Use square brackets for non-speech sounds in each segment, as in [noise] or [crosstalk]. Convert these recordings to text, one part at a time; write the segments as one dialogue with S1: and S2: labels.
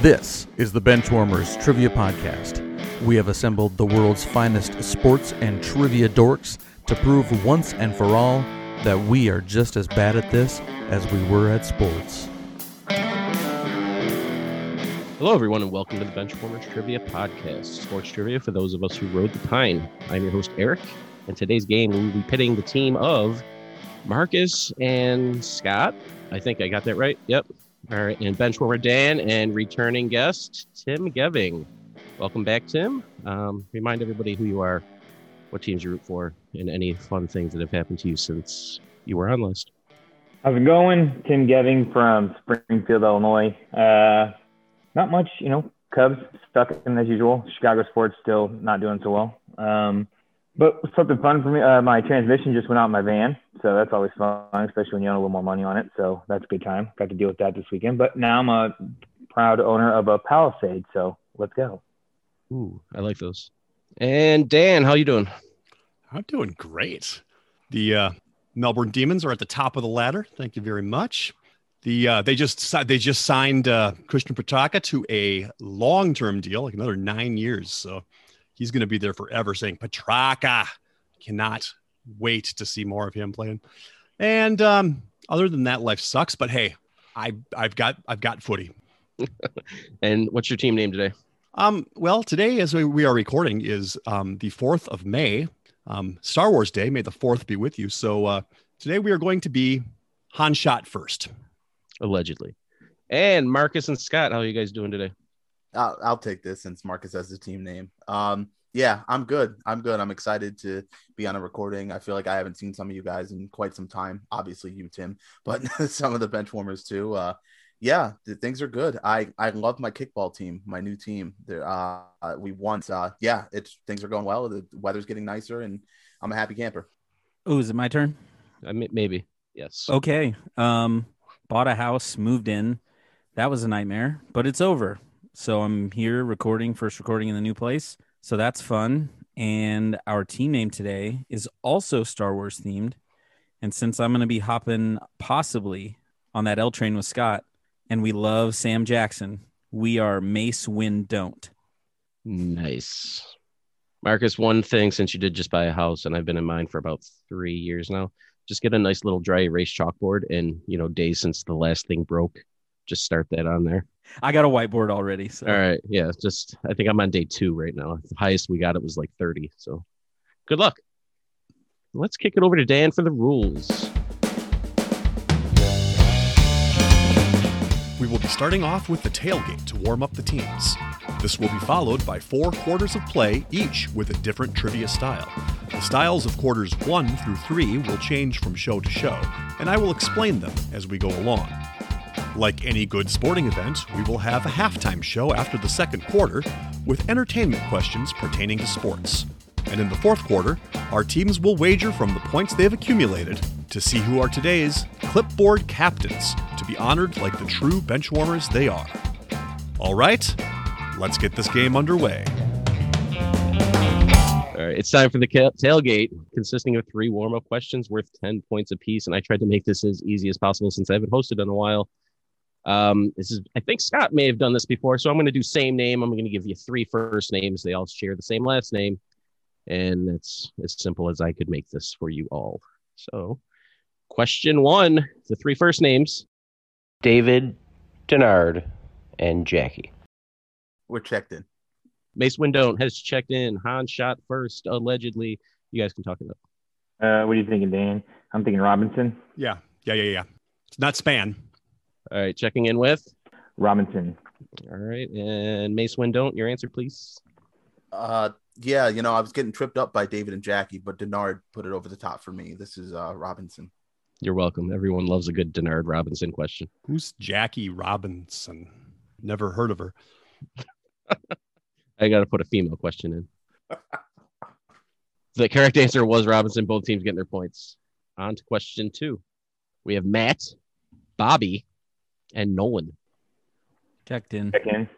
S1: This is the Benchwarmers Trivia Podcast. We have assembled the world's finest sports and trivia dorks to prove once and for all that we are just as bad at this as we were at sports.
S2: Hello, everyone, and welcome to the Benchwarmers Trivia Podcast, sports trivia for those of us who rode the pine. I'm your host, Eric, and today's game we will be pitting the team of Marcus and Scott. I think I got that right. Yep. All right, and Benchwarmer Dan and returning guest Tim Geving. Welcome back, Tim. Um, remind everybody who you are, what teams you root for, and any fun things that have happened to you since you were on list.
S3: How's it going? Tim Geving from Springfield, Illinois. Uh, not much, you know, Cubs stuck in as usual. Chicago sports still not doing so well. Um, but something fun for me, uh, my transmission just went out in my van. So that's always fun, especially when you own a little more money on it. So that's a good time. Got to deal with that this weekend. But now I'm a proud owner of a Palisade. So let's go.
S2: Ooh, I like those. And Dan, how you doing?
S4: I'm doing great. The uh, Melbourne Demons are at the top of the ladder. Thank you very much. The uh, they just si- they just signed uh, Christian Pataka to a long term deal, like another nine years. So he's going to be there forever. Saying Petraka, cannot wait to see more of him playing. And um, other than that, life sucks. But hey, I I've got I've got footy.
S2: And what's your team name today?
S4: Um, well, today, as we, we are recording, is um, the 4th of May, um, Star Wars Day. May the 4th be with you. So uh, today we are going to be Han shot first.
S2: Allegedly. And Marcus and Scott, how are you guys doing today?
S5: I'll, I'll take this since Marcus has the team name. Um, yeah, I'm good. I'm good. I'm excited to be on a recording. I feel like I haven't seen some of you guys in quite some time. Obviously, you, Tim, but [laughs] some of the bench warmers too. Uh, yeah, the things are good. I I love my kickball team, my new team. There, uh, uh, we won. Uh, yeah, it's things are going well. The weather's getting nicer, and I'm a happy camper.
S6: Oh, is it my turn?
S2: I mean, maybe. Yes.
S3: Oh.
S6: Okay. Um, bought a house, moved in. That was a nightmare, but it's over. So I'm here recording, first recording in the new place. So that's fun. And our team name today is also Star Wars themed. And since I'm going to be hopping possibly on that L train with Scott, and we love Sam Jackson, we are Mace Win Don't.
S2: Nice. Marcus, one thing since you did just buy a house and I've been in mine for about three years now, just get a nice little dry erase chalkboard and, you know, days since the last thing broke, just start that on there.
S6: I got a whiteboard already. So
S2: All right. Yeah. Just, I think I'm on day two right now. The highest we got it was like 30. So good luck. Let's kick it over to Dan for the rules.
S4: We will be starting off with the tailgate to warm up the teams. This will be followed by four quarters of play, each with a different trivia style. The styles of quarters one through three will change from show to show, and I will explain them as we go along. Like any good sporting event, we will have a halftime show after the second quarter with entertainment questions pertaining to sports. And in the fourth quarter, our teams will wager from the points they've accumulated to see who are today's clipboard captains to be honored like the true benchwarmers they are. All right, let's get this game underway.
S2: All right, it's time for the ca- tailgate, consisting of three warm-up questions worth ten points apiece. And I tried to make this as easy as possible since I haven't hosted in a while. Um, this is, I think Scott may have done this before, so I'm going to do same name. I'm going to give you three first names. They all share the same last name, and it's as simple as I could make this for you all. So, question one: the three first names.
S7: David, Denard, and Jackie.
S5: We're checked in.
S2: Mace Windone has checked in. Han shot first, allegedly. You guys can talk it up.
S3: Uh, what are you thinking, Dan? I'm thinking Robinson.
S4: Yeah, yeah, yeah, yeah. It's not Span.
S2: All right, checking in with.
S3: Robinson.
S2: All right, and Mace Windone, your answer, please.
S5: Uh, yeah, you know, I was getting tripped up by David and Jackie, but Denard put it over the top for me. This is uh, Robinson.
S2: You're welcome. Everyone loves a good Denard Robinson question.
S4: Who's Jackie Robinson? Never heard of her.
S2: I got to put a female question in. [laughs] the correct answer was Robinson. Both teams getting their points. On to question two. We have Matt, Bobby, and Nolan.
S6: checked in.
S3: Check in.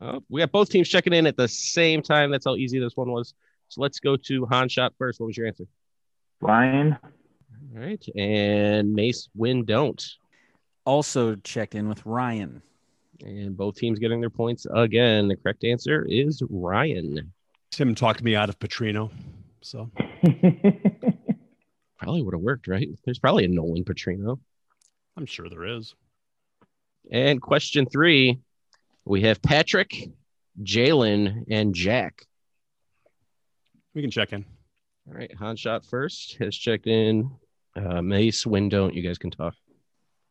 S2: Uh, we have both teams checking in at the same time. That's how easy this one was. So let's go to Han Shot first. What was your answer?
S3: Ryan. [laughs]
S2: All right. And Mace, win, don't.
S6: Also checked in with Ryan.
S2: And both teams getting their points again. The correct answer is Ryan.
S4: Tim talked me out of Petrino. So
S2: Probably would have worked, right? There's probably a Nolan Petrino.
S4: I'm sure there is.
S2: And question three we have Patrick, Jalen, and Jack.
S4: We can check in.
S2: All right, Han shot first has checked in. Uh, Mace, when don't you guys can talk? [laughs]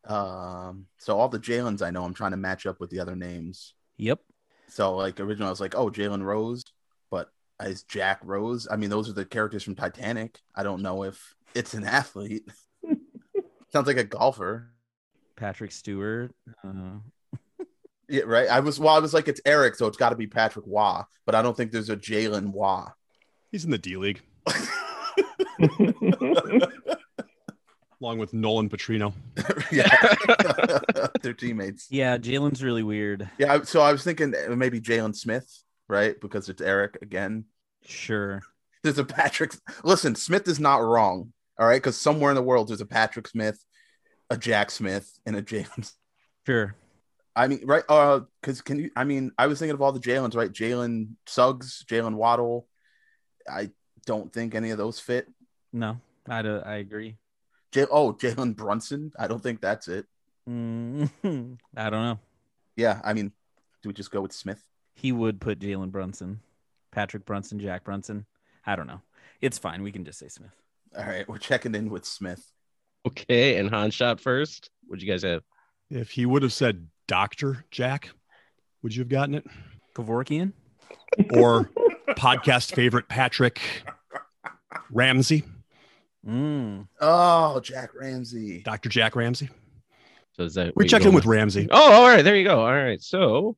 S5: Um, so all the Jalen's I know, I'm trying to match up with the other names.
S6: Yep.
S5: So like originally I was like, oh, Jalen Rose, but is Jack Rose? I mean, those are the characters from Titanic. I don't know if it's an [laughs] athlete. Sounds like a golfer.
S6: Patrick Stewart. Uh,
S5: Yeah, right. I was well, I was like, it's Eric, so it's gotta be Patrick Wah, but I don't think there's a Jalen Wah.
S4: He's in the D League along with Nolan Petrino.
S5: [laughs] yeah. [laughs] They're teammates.
S6: yeah, Jalen's really weird.
S5: Yeah, I- so I was thinking maybe Jalen Smith, right? Because it's Eric again.
S6: Sure.
S5: There's a Patrick. Listen, Smith is not wrong. All right, because somewhere in the world there's a Patrick Smith, a Jack Smith, and a Jalen.
S6: Sure.
S5: I mean, right? Uh, because can you? I mean, I was thinking of all the Jalen's, right? Jalen Suggs, Jalen Waddle. I don't think any of those fit.
S6: No, I, do, I agree.
S5: J- oh, Jalen Brunson. I don't think that's it.
S6: Mm, [laughs] I don't know.
S5: Yeah, I mean, do we just go with Smith?
S6: He would put Jalen Brunson, Patrick Brunson, Jack Brunson. I don't know. It's fine. We can just say Smith.
S5: All right, we're checking in with Smith.
S2: Okay, and Han shot first. What'd you guys have?
S4: If he would have said Dr. Jack, would you have gotten it?
S6: Kevorkian?
S4: Or podcast favorite Patrick Ramsey,
S6: Mm.
S5: Oh, Jack Ramsey.
S4: Dr. Jack Ramsey.
S2: So is that
S4: We
S2: what
S4: checked
S2: you're
S4: in with
S2: going
S4: Ramsey.
S2: [laughs] Oh, all right, there you go. All right, so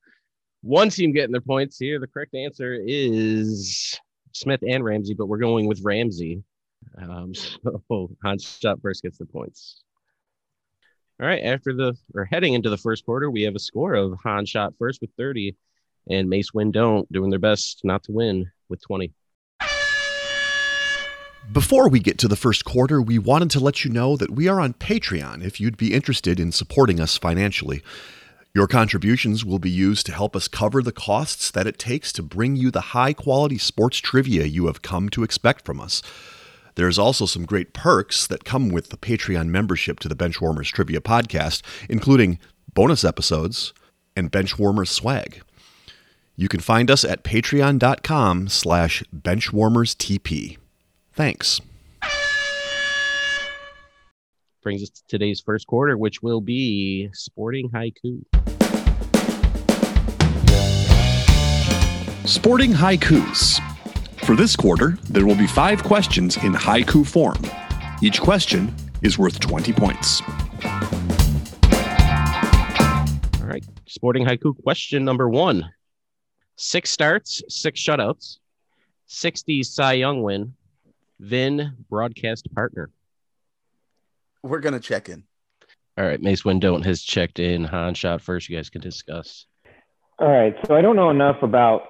S2: one team getting their points here. The correct answer is Smith and Ramsey, but we're going with Ramsey. Um, [laughs] so Hans shot first gets the points. All right, after the or heading into the first quarter, we have a score of Hans shot first with 30, and Mace win don't doing their best not to win with 20.
S4: Before we get to the first quarter, we wanted to let you know that we are on Patreon if you'd be interested in supporting us financially. Your contributions will be used to help us cover the costs that it takes to bring you the high quality sports trivia you have come to expect from us. There's also some great perks that come with the Patreon membership to the Benchwarmers Trivia Podcast, including bonus episodes and Benchwarmers swag. You can find us at patreon.com slash benchwarmerstp. Thanks.
S2: Brings us to today's first quarter, which will be Sporting Haiku.
S4: Sporting haikus. For this quarter, there will be five questions in haiku form. Each question is worth 20 points.
S2: All right. Sporting haiku question number one. Six starts, six shutouts, 60 Cy Young win, Vin broadcast partner.
S5: We're gonna check in.
S2: All right. Mace Wendon has checked in. Han shot first. You guys can discuss.
S3: All right. So I don't know enough about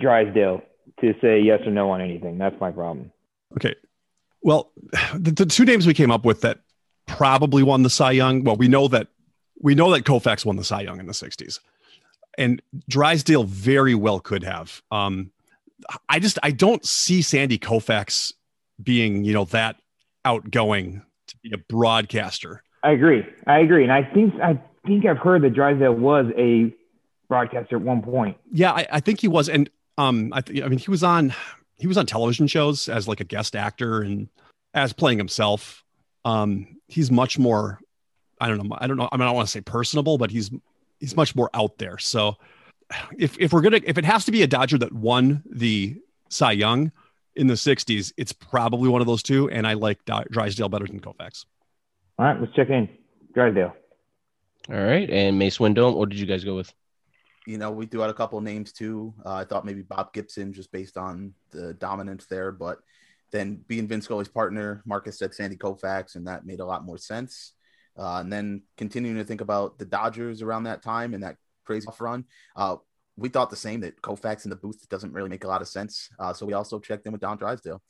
S3: Drysdale to say yes or no on anything. That's my problem.
S4: Okay. Well, the, the two names we came up with that probably won the Cy Young. Well, we know that we know that Koufax won the Cy Young in the 60s. And Drysdale very well could have. Um, I just I don't see Sandy Koufax being, you know, that outgoing to be a broadcaster.
S3: I agree. I agree. And I think I think I've heard that Drysdale was a broadcaster at one point.
S4: yeah I, I think he was and um I, th- I mean he was on he was on television shows as like a guest actor and as playing himself um he's much more i don't know i don't know i mean i don't want to say personable but he's he's much more out there so if if we're gonna if it has to be a dodger that won the cy young in the 60s it's probably one of those two and i like Dry- drysdale better than koufax
S3: All right, let's check in. Drysdale.
S2: All right. And Mace Wendon, what did you guys go with?
S5: you know, we threw out a couple of names too. Uh, I thought maybe Bob Gibson just based on the dominance there, but then being Vince Scully's partner, Marcus said Sandy Koufax, and that made a lot more sense. Uh, and then continuing to think about the Dodgers around that time and that crazy off run, uh, we thought the same that Koufax in the booth doesn't really make a lot of sense. Uh, so we also checked in with Don Drysdale.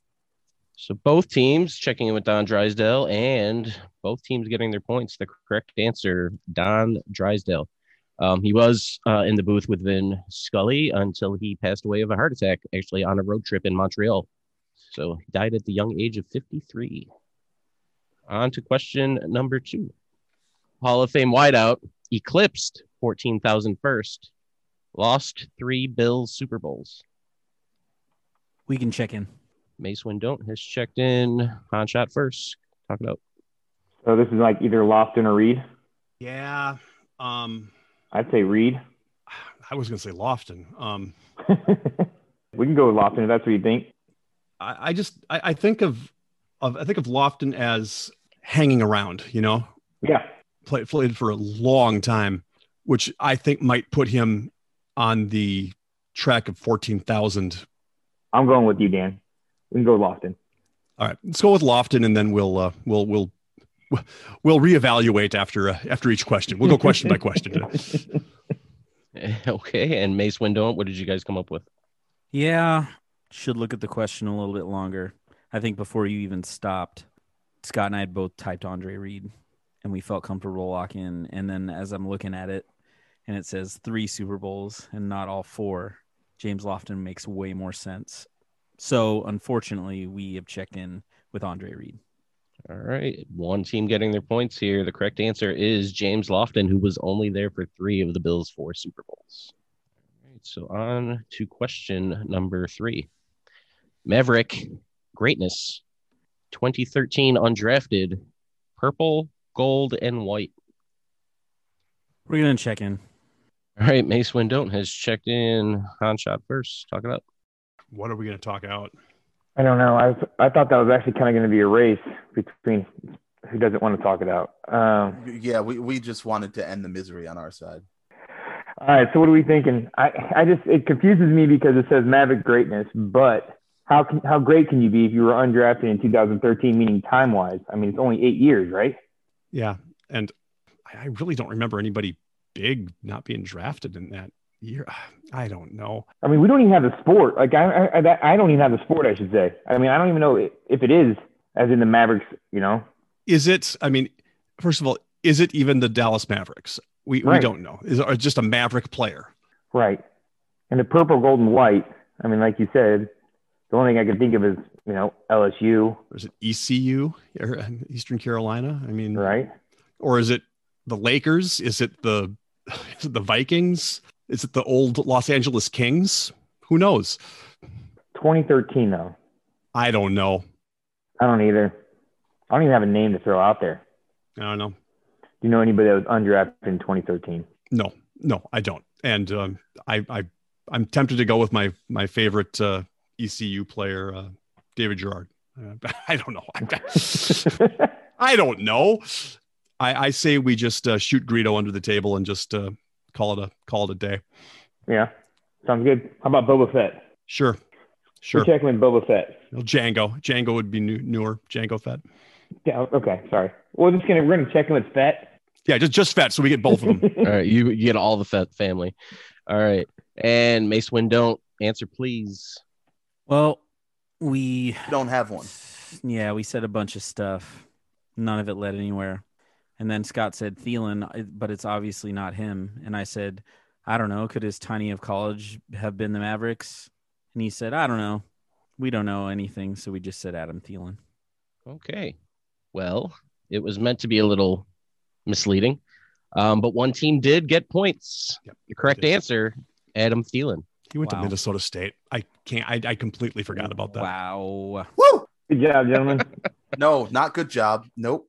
S2: So both teams checking in with Don Drysdale and both teams getting their points. The correct answer, Don Drysdale. Um, he was uh, in the booth with Vin Scully until he passed away of a heart attack, actually on a road trip in Montreal. So he died at the young age of 53. On to question number two Hall of Fame wideout eclipsed 14,000 first, lost three Bills Super Bowls.
S6: We can check in.
S2: Mace Windont has checked in. Han shot first. Talk it out.
S3: So this is like either Lofton or Reed.
S4: Yeah. Um,
S3: I'd say Reed. [laughs]
S4: I was going to say Lofton. Um,
S3: we can go with Lofton if that's what you think.
S4: I, I just, I, I think of, of, I think of Lofton as hanging around, you know,
S3: Yeah.
S4: played, played for a long time, which I think might put him on the track of 14,000.
S3: I'm going with you, Dan. We can go with Lofton.
S4: All right, let's go with Lofton and then we'll, uh, we'll, we'll, we'll reevaluate after, uh, after each question. We'll go question by question.
S2: [laughs] okay. And Mace Windont, what did you guys come up with?
S6: Yeah, should look at the question a little bit longer. I think before you even stopped, Scott and I had both typed Andre Reed, and we felt comfortable lock in. And then as I'm looking at it, and it says three Super Bowls and not all four, James Lofton makes way more sense. So unfortunately, we have checked in with Andre Reed.
S2: All right. One team getting their points here. The correct answer is James Lofton, who was only there for three of the Bills' four Super Bowls. All right. So on to question number three Maverick greatness 2013 undrafted, purple, gold, and white.
S6: We're gonna check in.
S2: All right. Mace Windont has checked in. Han shot first. Talk it up.
S4: what are we going to talk out?
S3: [laughs] I don't know. I I thought that was actually kind of going to be a race between who doesn't want to talk it out. Um,
S5: Yeah, we, we just wanted to end the misery on our side.
S3: all right. So what are we thinking? I I just it confuses me because it says Maverick greatness, but how can, how great can you be if you were undrafted in 2013? Meaning time wise, I mean it's only eight years, right?
S4: Yeah. And I I really don't remember anybody big not being drafted in that year. I don't know.
S3: I mean we don't even have the sport. Like I I, that- I don't even have the sport. I should say. I mean I don't even know i- if it is as in the Mavericks. You know.
S4: Is it, I mean, first of all, is it even the Dallas Mavericks? We, we
S3: Right.
S4: don't know. Is it or just a Maverick player?
S3: Right. And the purple, gold, and white. I mean, like you said, the only thing I could think of is you know LSU,
S4: Or is it ECU or um, Eastern Carolina? I mean,
S3: right?
S4: or is it the Lakers? Is it the, [laughs] is it the Vikings? Is it the old Los Angeles Kings? Who knows?
S3: 2013 though.
S4: I don't know.
S3: I don't either. I don't even have a name to throw out there.
S4: I don't know.
S3: Do you know anybody that was undrafted in 2013?
S4: No, no, I don't. And um, I, I, I'm tempted to go with my my favorite uh, ECU player, uh, David Gerard. Uh, [laughs] I don't know. I, don't know. I, I say we just uh, shoot Greedo under the table and just uh, call it a call it a day.
S3: [laughs] yeah, sounds good. How about Boba Fett?
S4: Sure, sure.
S3: We're checking with Boba Fett.
S4: Well, Django, Django would be new, newer. Django Fett.
S3: Yeah, okay, sorry. We're just gonna we're gonna check in with Fett.
S4: Yeah, just just Fett. So we get
S3: [laughs]
S4: both of them.
S2: All right. You, you get all the fa- family. All right. And Mace Windont, answer please.
S6: Well, we
S5: We don't have one.
S6: Yeah, we said a bunch of stuff. None of it led anywhere. And then Scott said Thielen, I- but it's obviously not him. And I said, I don't know. Could his tiny of college have been the Mavericks? And he said, I don't know. We don't know anything. So we just said Adam Thielen.
S2: Okay. Well, it was meant to be a little misleading, um, but one team did get points.
S4: Yep,
S2: the correct
S4: did.
S2: answer, Adam Thielen.
S4: He went
S6: Wow.
S4: to Minnesota State. I can't. I, I completely forgot about that.
S6: Wow.
S5: Woo!
S3: Good job, gentlemen.
S5: No, not good job. Nope.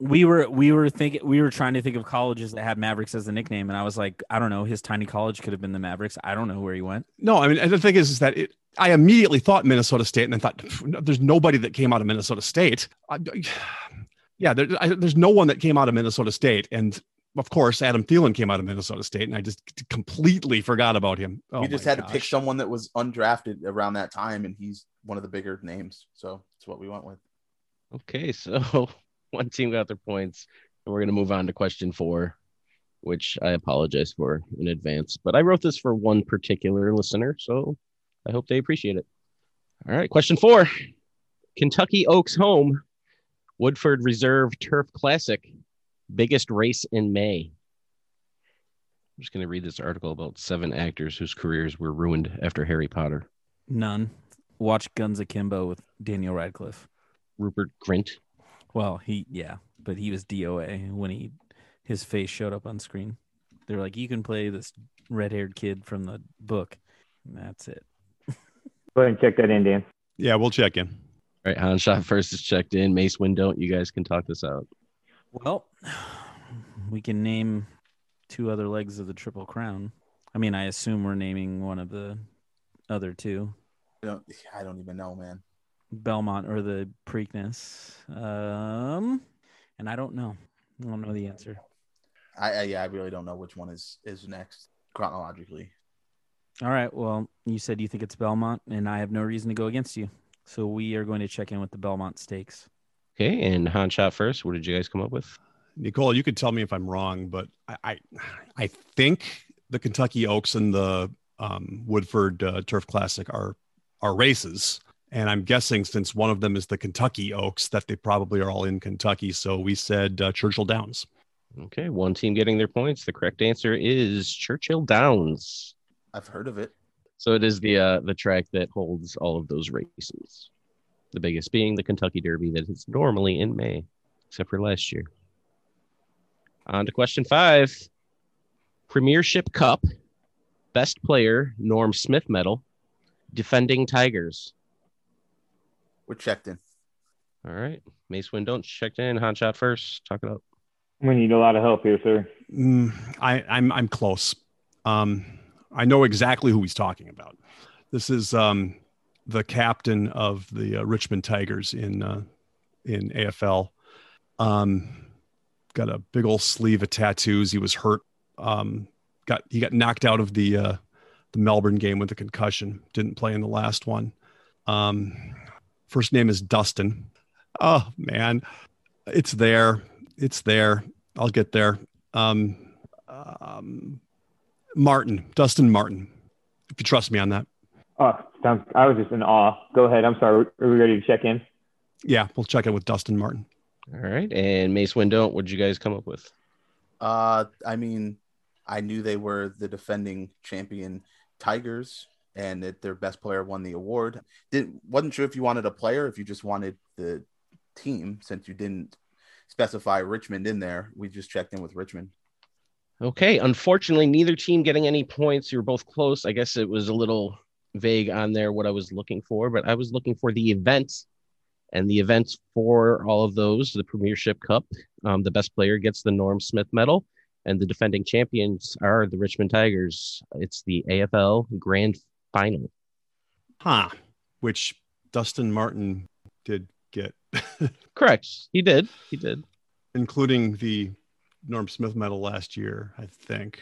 S6: We were we were thinking we were trying to think of colleges that had Mavericks as the nickname, and I was like, I don't know, his tiny college could have been the Mavericks. I don't know where he went.
S4: No, I mean, and the thing is, is that it, I immediately thought Minnesota State, and then thought, "Pff, no, there's nobody that came out of Minnesota State. I, [sighs] yeah, there, I, there's no one that came out of Minnesota State, and of course, Adam Thielen came out of Minnesota State, and I just completely forgot about him. Oh,
S5: we just
S4: my
S5: had to pick
S4: gosh.
S5: someone that was undrafted around that time, and he's one of the bigger names. So that's what we went with.
S2: Okay, so [laughs] one team got their points, and we're going to move on to question four, which I apologize for in advance, but I wrote this for one particular listener, so I hope they appreciate it. All right, question four Kentucky Oaks home, Woodford Reserve Turf Classic biggest race in May. I'm just going to read this article about seven actors whose careers were ruined after Harry Potter.
S6: None. Watch Guns Akimbo with Daniel Radcliffe.
S2: Rupert Grint,
S6: Well, he yeah, but he was DOA when he his face showed up on screen. They were like, "You can play this red-haired kid from the book." And that's it.
S3: Go ahead and check that in, Dan.
S4: Yeah, we'll check in.
S2: All right, Han Shot [laughs] first is checked in. Mace Wind don't. You guys can talk this out.
S6: Well, we can name two other legs of the Triple Crown. I mean, I assume we're naming one of the other two,
S5: I don't, I don't even know, man.
S6: Belmont or the Preakness. Um, and I don't know. I don't know the answer.
S5: I, I yeah, I really don't know which one is is next chronologically.
S6: All right. Well, you said you think it's Belmont, and I have no reason to go against you. So we are going to check in with the Belmont stakes.
S2: Okay, and Han Shot first. What did you guys come up with?
S4: Nicole, you could tell me if I'm wrong, but I, I, I think the Kentucky Oaks and the um, Woodford uh, Turf Classic are are races, and I'm guessing since one of them is the Kentucky Oaks, that they probably are all in Kentucky. So we said uh, Churchill Downs.
S2: Okay, one team getting their points. The correct answer is Churchill Downs.
S5: I've heard of it.
S2: So it is the uh, the track that holds all of those races. The biggest being the Kentucky Derby that is normally in May, except for last year. On to question five. Premiership Cup, best player, Norm Smith medal, defending Tigers.
S5: We're checked in.
S2: All right. Mace Windonch checked in. Han shot first. Talk it up.
S3: We need a lot of help here, sir.
S4: Mm, I, I'm I'm close. Um, I know exactly who he's talking about. This is um, the captain of the uh, Richmond Tigers in uh, in AFL. Um, got a big old sleeve of tattoos. He was hurt. Um, got he got knocked out of the uh, the Melbourne game with a concussion. Didn't play in the last one. Um, first name is Dustin. Oh man, it's there. It's there. I'll get there. Um, um, Martin, Dustin Martin. If you trust me on that,
S3: Oh, sounds, I was just in awe. Go ahead. I'm sorry. Are we ready to check in?
S4: yeah, we'll check it with Dustin Martin.
S2: All right. And Mace Windon't, what did you guys come up with?
S5: Uh, I mean, I knew they were the defending champion Tigers, and that their best player won the award. Didn't wasn't sure if you wanted a player, if you just wanted the team, since you didn't specify Richmond in there. We just checked in with Richmond.
S2: Okay. Unfortunately, neither team getting any points. You were both close. I guess it was a little vague on there what I was looking for, but I was looking for the events and the events for all of those the Premiership Cup. Um, the best player gets the Norm Smith medal, and the defending champions are the Richmond Tigers. It's the AFL Grand Final.
S4: Huh? Which Dustin Martin did get, [laughs]
S2: Correct. He did. He did.
S4: including the Norm Smith medal last year, I think.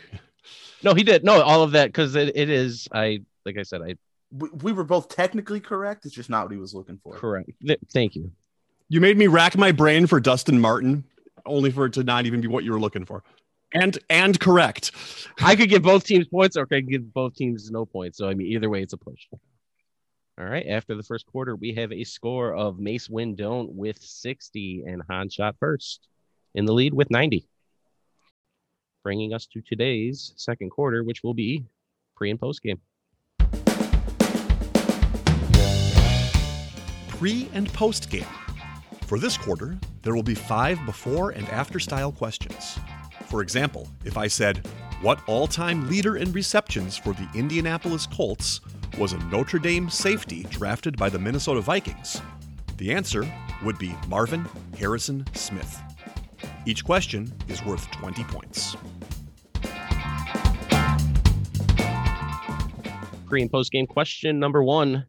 S2: No, he did. No, all of that because it, it is. I like I said, I
S5: We, we were both technically correct. It's just not what he was looking for.
S2: correct. Th- thank you.
S4: You made me rack my brain for Dustin Martin, only for it to not even be what you were looking for. And and correct.
S2: I could give both teams points or I could give both teams no points. So I mean either way it's a push. All right. After the first quarter, we have a score of Mace Windone with 60 and Han shot first in the lead with 90. Bringing us to today's second quarter, which will be pre and post game.
S8: pre and post game.
S4: For this
S8: This quarter, there will be five before and after style questions.
S4: For example, if I said, What all time leader in receptions for the Indianapolis Colts was a Notre Dame safety drafted by the Minnesota Vikings? The answer would be Marvin Harrison Smith. Each question is worth 20 points.
S2: Pre and post game question number one.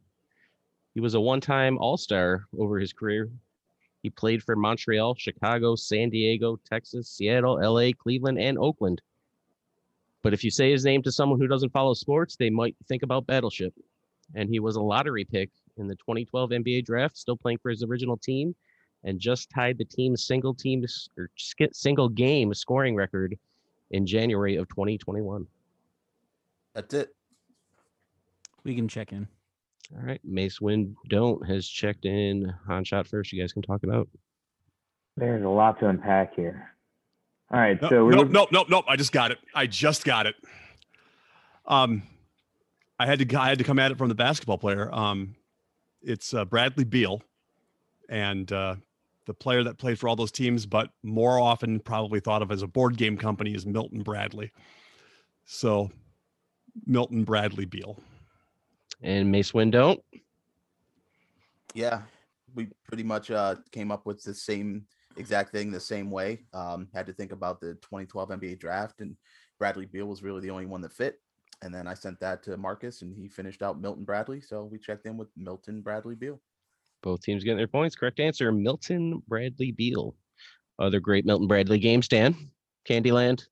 S2: He was a one time All Star over his career. He played for Montreal, Chicago, San Diego, Texas, Seattle, LA, Cleveland, and Oakland. But if you say his name to someone who doesn't follow sports, they might think about Battleship. And he was a lottery pick in the 2012 NBA draft, still playing for his original team, and just tied the team's single team s- or sk- single game scoring record in January of 2021.
S5: That's it.
S6: We can check in.
S2: All right, Mace Wind don't has checked in on shot first. You guys can talk it out.
S3: There's a lot to unpack here. All right.
S4: No,
S3: so we're
S4: nope, nope, nope, nope. I just got it. I just got it. Um, I had to I had to come at it from the basketball player. Um, it's uh, Bradley Beal, and uh, the player that played for all those teams, but more often probably thought of as a board game company is Milton Bradley. So, Milton Bradley Beal.
S2: And Mace Window.
S5: Yeah, we pretty much uh, came up with the same exact thing the same way. Um, had to think about the 2012 NBA draft, and Bradley Beal was really the only one that fit. And then I sent that to Marcus, and he finished out Milton Bradley. So we checked in with Milton Bradley Beal.
S2: Both teams getting their points. Correct answer Milton Bradley Beal. Other great Milton Bradley game, Stan. Candyland.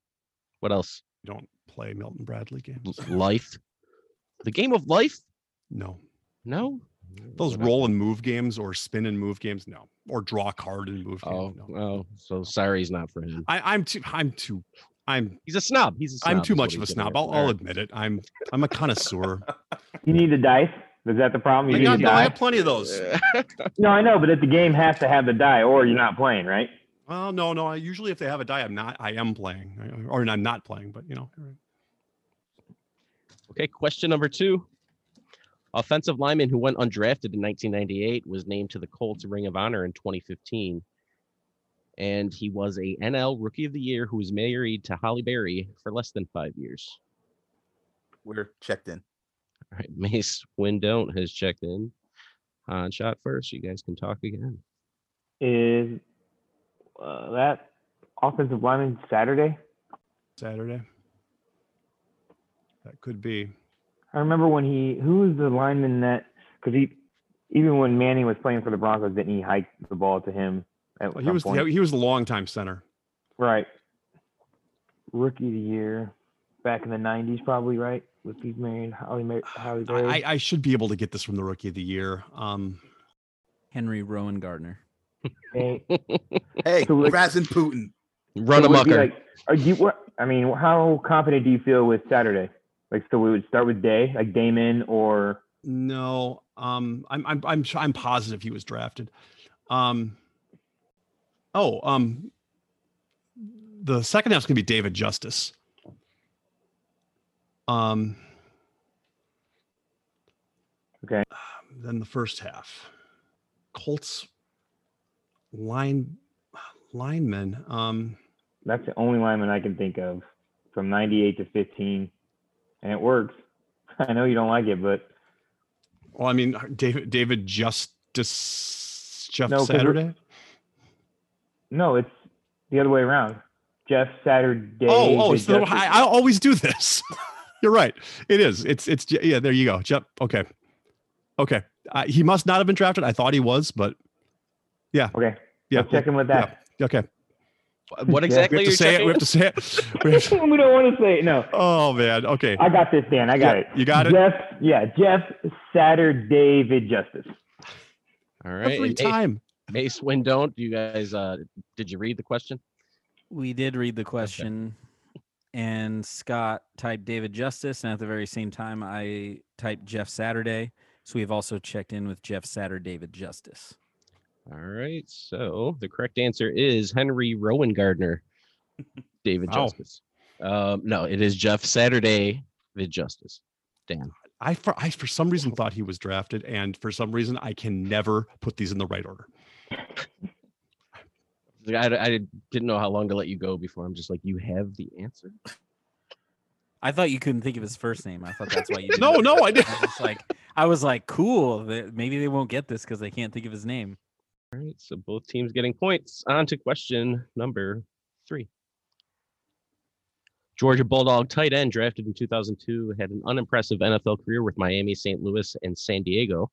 S2: What else?
S4: You don't play Milton Bradley games.
S2: L- Life. The game of life?
S4: No,
S2: No.
S4: those
S2: What else?
S4: roll and move games or spin and move games. No, or draw card and move.
S2: Oh,
S4: games, no.
S2: oh, so sorry's not for him.
S4: I, I'm too. I'm too. I'm.
S2: He's a snob. He's a snob.
S4: I'm too
S2: is what
S4: much of a
S2: he's getting
S4: snob.
S2: at.
S4: I'll, I'll admit it. I'm. I'm
S3: [laughs]
S4: a connoisseur.
S3: you need a dice. Is that the problem? You
S4: I
S3: need
S4: got,
S3: a
S4: no, I
S3: die.
S4: got plenty of those.
S3: No, I know, but if the game has to have the die, or you're not playing, right?
S4: Well, no, no. I usually if they have a die, I'm not. I am playing, or I'm not playing. But you know,
S2: Okay, question number two. Offensive lineman who went undrafted in 1998 was named to the Colts Ring of Honor in 2015. And he was a NL Rookie of the Year who was married to Holly Berry for less than five years.
S5: We're checked in.
S2: All right, Mace Windont has checked in. On shot first, you guys can talk again.
S3: Is uh, that offensive lineman Saturday?
S4: Saturday. That could be.
S3: I remember when he who was the lineman that because he even when Manning was playing for the Broncos, didn't he hike the ball to him at
S4: Well, he
S3: some
S4: was.
S3: point?
S4: He was the longtime center.
S3: right? Rookie of the year back in the '90s, probably right? With he's married, Holly, Mar- Holly
S4: I,
S3: Berry.
S4: I- I should be able to get this from the rookie of the year. Um,
S6: Henry Rowan Gardner.
S3: Hey,
S5: Hey,
S3: So, like-
S5: Razin Putin.
S2: Run
S3: so would it be
S2: amucker.
S3: Like, are you what? I mean, how confident do you feel with Saturday? Like, so we would start with Day, like Damon, or
S4: no. Um, I'm. I'm. I'm. su- I'm positive he was drafted. Um. Oh. Um. The second half's gonna be David Justice. Um.
S3: Okay.
S4: Then the first half. Colts. Line. Linemen. Um.
S3: that's the only lineman I can think of from '98 to '15, and it works. [laughs] I know you don't like it, but
S4: Well, I mean, David. David Justice. Jeff
S3: No, 'cause we're-
S4: Saturday.
S3: no, it's the other way around. Jeff Saturday.
S4: Oh, oh,
S3: did
S4: so
S3: justice.
S4: I, I always do this. [laughs] You're right. It is. It's it's yeah. There you go. Yep. Okay. Okay. Uh, he must not have been drafted. I thought he was, but
S3: okay,
S4: yeah.
S3: let's check in with that.
S4: Okay.
S2: what exactly
S4: We
S2: are
S4: have
S2: you
S4: to say it.
S2: checking
S4: We have to say it. [laughs] We
S3: [laughs]
S4: have to-
S3: we don't want to say it. No,
S4: oh man. Okay.
S3: I got this, Dan. I got
S4: Yeah,
S3: it.
S4: You got it
S3: Jeff, yeah, Jeff Saturday did justice.
S2: in? All right.
S4: every
S2: and
S4: time.
S2: Mace, Mace Windont, you guys, uh, did you read the question?
S6: We did read the question, and Scott typed David Justice, and at the very same time, I typed Jeff Saturday. So we've also checked in with Jeff Saturday, David Justice.
S2: All right. So the correct answer is Henry Rowan Gardner, David
S4: Wow.
S2: Justice. Um, no, it is Jeff Saturday, David Justice.
S4: I for I for some reason thought he was drafted, and for some reason I can never put these in the right order.
S2: I, I didn't know how long to let you go before I'm just like, you have the answer.
S6: I thought you couldn't think of his first name. I thought
S4: [laughs]
S6: that's why you. Didn't.
S4: No, no, I did.
S6: I was like, I was like, cool. that- Maybe they won't get this because they can't think of his name.
S2: All right. So both teams getting points. On to question number three. Georgia Bulldog tight end drafted in 2002 had an unimpressive NFL career with Miami, St. Louis, and San Diego.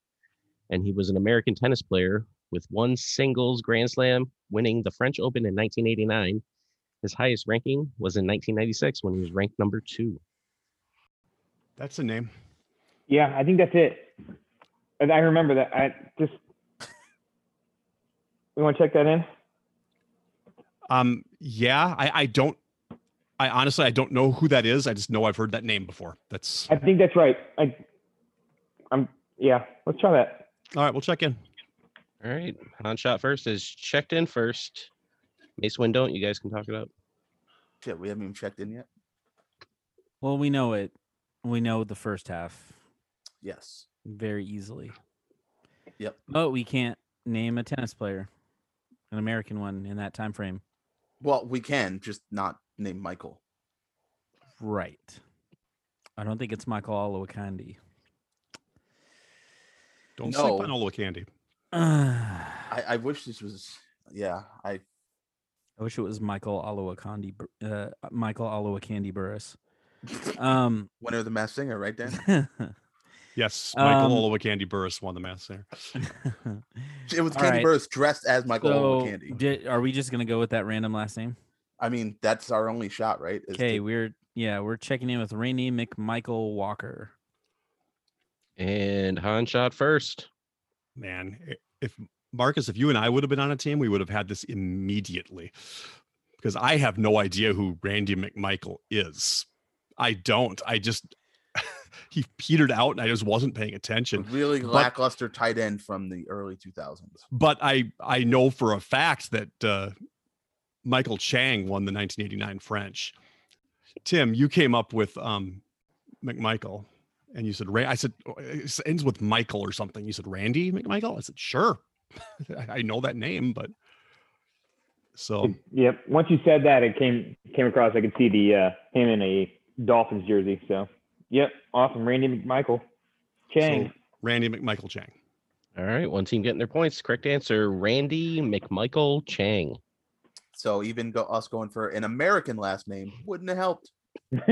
S2: And he was an American tennis player with one singles Grand Slam, winning the French Open in 1989. His highest ranking was in 1996 when he was ranked number two.
S4: That's a name.
S3: Yeah, I think that's it. And I remember that. I just we want to check that in.
S4: Um. Yeah. I I don't. I honestly I don't know who that is. I just know I've heard that name before. That's
S3: I think that's right. I, I'm yeah. Let's try that.
S4: all right. We'll check in.
S2: All right. On shot first is checked in first. Mace Windon, you guys can talk it up.
S5: Shit, we haven't even checked in yet.
S6: Well, we know it. We know the first half
S5: Yes.
S6: very easily.
S5: Yep.
S6: But we can't name a tennis player, an American one in that time frame.
S5: Well, we can just not name Michael.
S6: Right. I don't think it's Michael [sighs] Olowokandi.
S4: Don't
S5: No.
S4: sleep on Olo Candy.
S6: I
S5: I, I wish this was. Yeah, I
S6: wish it was Michael Olowokandi, Bur- uh, Michael Olowokandi Burris. Um,
S5: winner of the Mass Singer, right, Dan?
S4: Yes, Michael
S6: Um,
S4: Olo Candy Burris won the mass there.
S5: It was
S6: All
S5: Candy
S6: right.
S5: Burris dressed as [laughs] Michael
S6: so,
S5: Candy.
S6: did, are we just gonna go with that random last name?
S5: I mean, that's our only shot, right? is to-
S6: Okay, we're yeah, we're checking in with Rainey McMichael Walker.
S2: And Han shot first.
S4: Man, i- if Marcus, if you and I would have been on a team, we would have had this immediately because I have no idea who Randy McMichael is. I don't. I just [laughs] he petered out, and I just wasn't paying
S5: a
S4: attention.
S5: really
S4: but-
S5: lackluster tight end from the early 2000s.
S4: But I I know for a fact that uh, Michael Chang won the 1989 French. Tim, you came up with um, McMichael, and you said Ray. I said "Oh, it ends with Michael or something. You said Randy McMichael. I said sure. [laughs] I I know that name, but so
S3: Yep. Once you said that, it came came across. I could see the uh, him in a Dolphins jersey. So, yep, awesome. Randy McMichael, Chang.
S4: So- Randy McMichael Chang.
S2: All right, one team getting their points. Correct answer: Randy McMichael Chang.
S5: So even go, us going for an American last name wouldn't have helped.
S3: [laughs]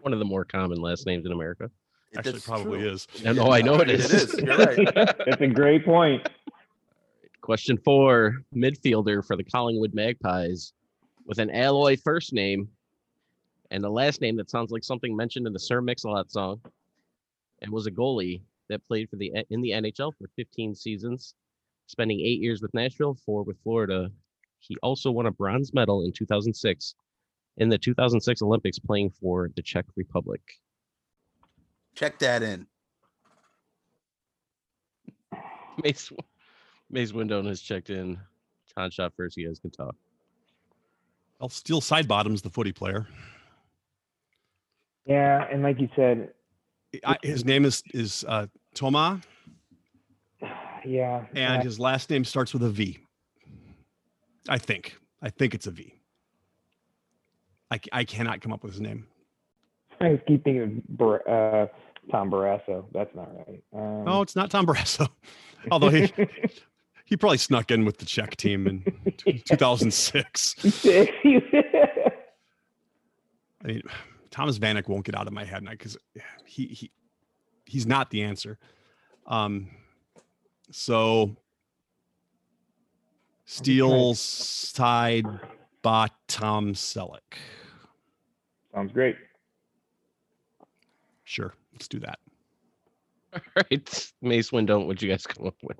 S2: One of the more common last names in America.
S5: It-
S4: Actually,
S5: that's
S4: probably
S5: true.
S4: is.
S2: No, no, I know it
S5: oh, It
S2: is.
S5: is, you're
S6: [laughs]
S5: right.
S3: That's a great point.
S2: Question four: Midfielder for the Collingwood Magpies with an alloy first name and the last name that sounds like something mentioned in the Sir Mix-a-Lot song, and was a goalie that played for the in the NHL for 15 seasons, spending eight years with Nashville, four with Florida. He also won a bronze medal in 2006 in the 2006 Olympics, playing for the Czech Republic.
S5: Check that in.
S2: [laughs] Mace Mace Windone has checked in. John shot first. You guys can talk. [laughs]
S4: I'll steal side bottoms, the footy player.
S3: Yeah, and like you said,
S4: I, his name is is uh, Toma,
S3: yeah.
S4: and
S3: uh,
S4: his last name starts with a V. I think. I think it's a V. I, c- I cannot come up with his name.
S3: I keep thinking of Bur- uh, Tom Barrasso. That's not right. Um,
S4: No, Oh, it's not Tom Barrasso. [laughs]
S3: [laughs]
S4: Although he he probably snuck in with the Czech team in t-
S3: [laughs]
S4: 2006. I mean, Thomas Vanek won't get out of my head because he he he's not the answer. Um, so steel side bottom Selleck.
S3: Sounds great.
S4: Sure, let's do that.
S2: All right, Mace Windone, what'd you guys come up with?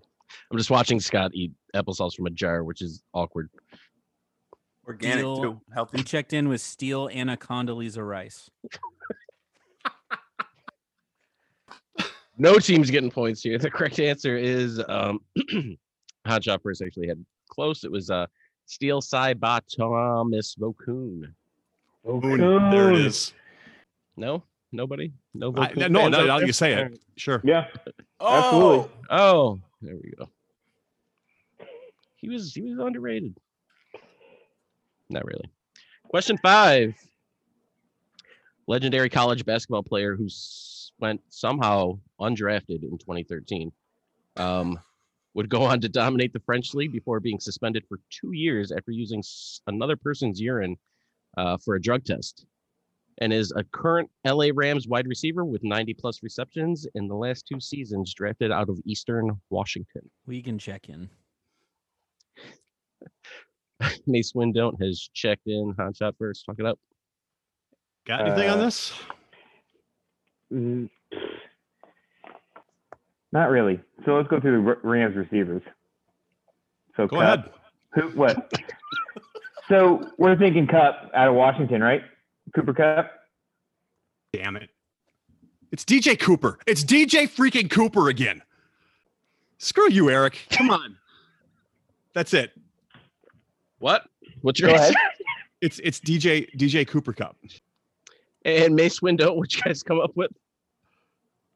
S2: I'm just watching Scott eat applesauce from a jar, which is awkward.
S5: Organic
S6: Deal.
S5: too.
S6: We [laughs]
S5: Healthy.
S6: checked in with Steele Anna Condoleezza Rice.
S2: No team's getting points here. The correct answer is um [clears throat] Hot Choppers actually had close. It was uh Steel Sai Ba Thomas Vokun.
S4: Boone, there it is.
S2: No? Nobody? No
S4: I-
S2: Vokun
S4: no,
S2: fans
S4: no,
S2: out
S4: no,
S2: there?
S4: you say
S2: All right.
S4: it. Sure.
S3: Yeah.
S5: Oh,
S3: Absolutely.
S2: Oh, there we go. He was he was underrated. Not really. Question five. Legendary college basketball player who s- went somehow undrafted in 2013 um, would go on to dominate the French league before being suspended for two years after using s- another person's urine uh, for a drug test, and is a current LA Rams wide receiver with 90 plus receptions in the last two seasons, drafted out of Eastern Washington. [laughs]
S6: We can check in.
S2: Mace Windone has checked in. Hot shot first. Talk it up.
S4: Got anything on
S3: Uh,
S4: this?
S3: Mm, Not really. So let's go through the R- Rams receivers. So
S4: Go
S3: Kupp-
S4: ahead.
S3: Who, what? so we're thinking Cup out of Washington, right? Cooper Cup.
S4: Damn it. It's DJ Cooper. It's DJ freaking Cooper again. Screw you, Eric. Come on. That's it.
S2: What? What's your
S3: Go ahead. [laughs]
S4: It's it's DJ DJ Cooper Cup.
S2: [laughs] And Mace Window, what you guys come up with?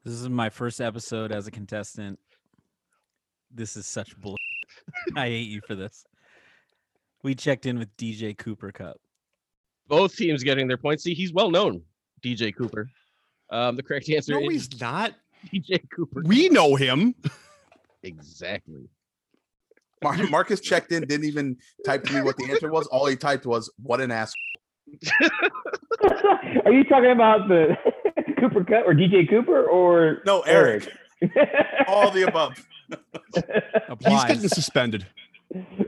S6: This is my first episode as a contestant. This is such bull. [laughs] I hate you for this. We checked in with DJ Cooper Cup.
S2: Both teams getting their points. See, he's well known, DJ Cooper. Um, the correct answer
S4: No,
S2: is
S4: he's not.
S2: [laughs] DJ Cooper.
S4: We know him.
S2: Exactly.
S5: Mar- Marcus checked in, didn't even type to me what the answer was. All he typed was, "What an ass."
S3: Are you talking about the [laughs] Cooper Cup or DJ Cooper or
S5: No, Eric.
S3: [laughs]
S5: All the above.
S4: He's
S6: Applies.
S4: getting suspended.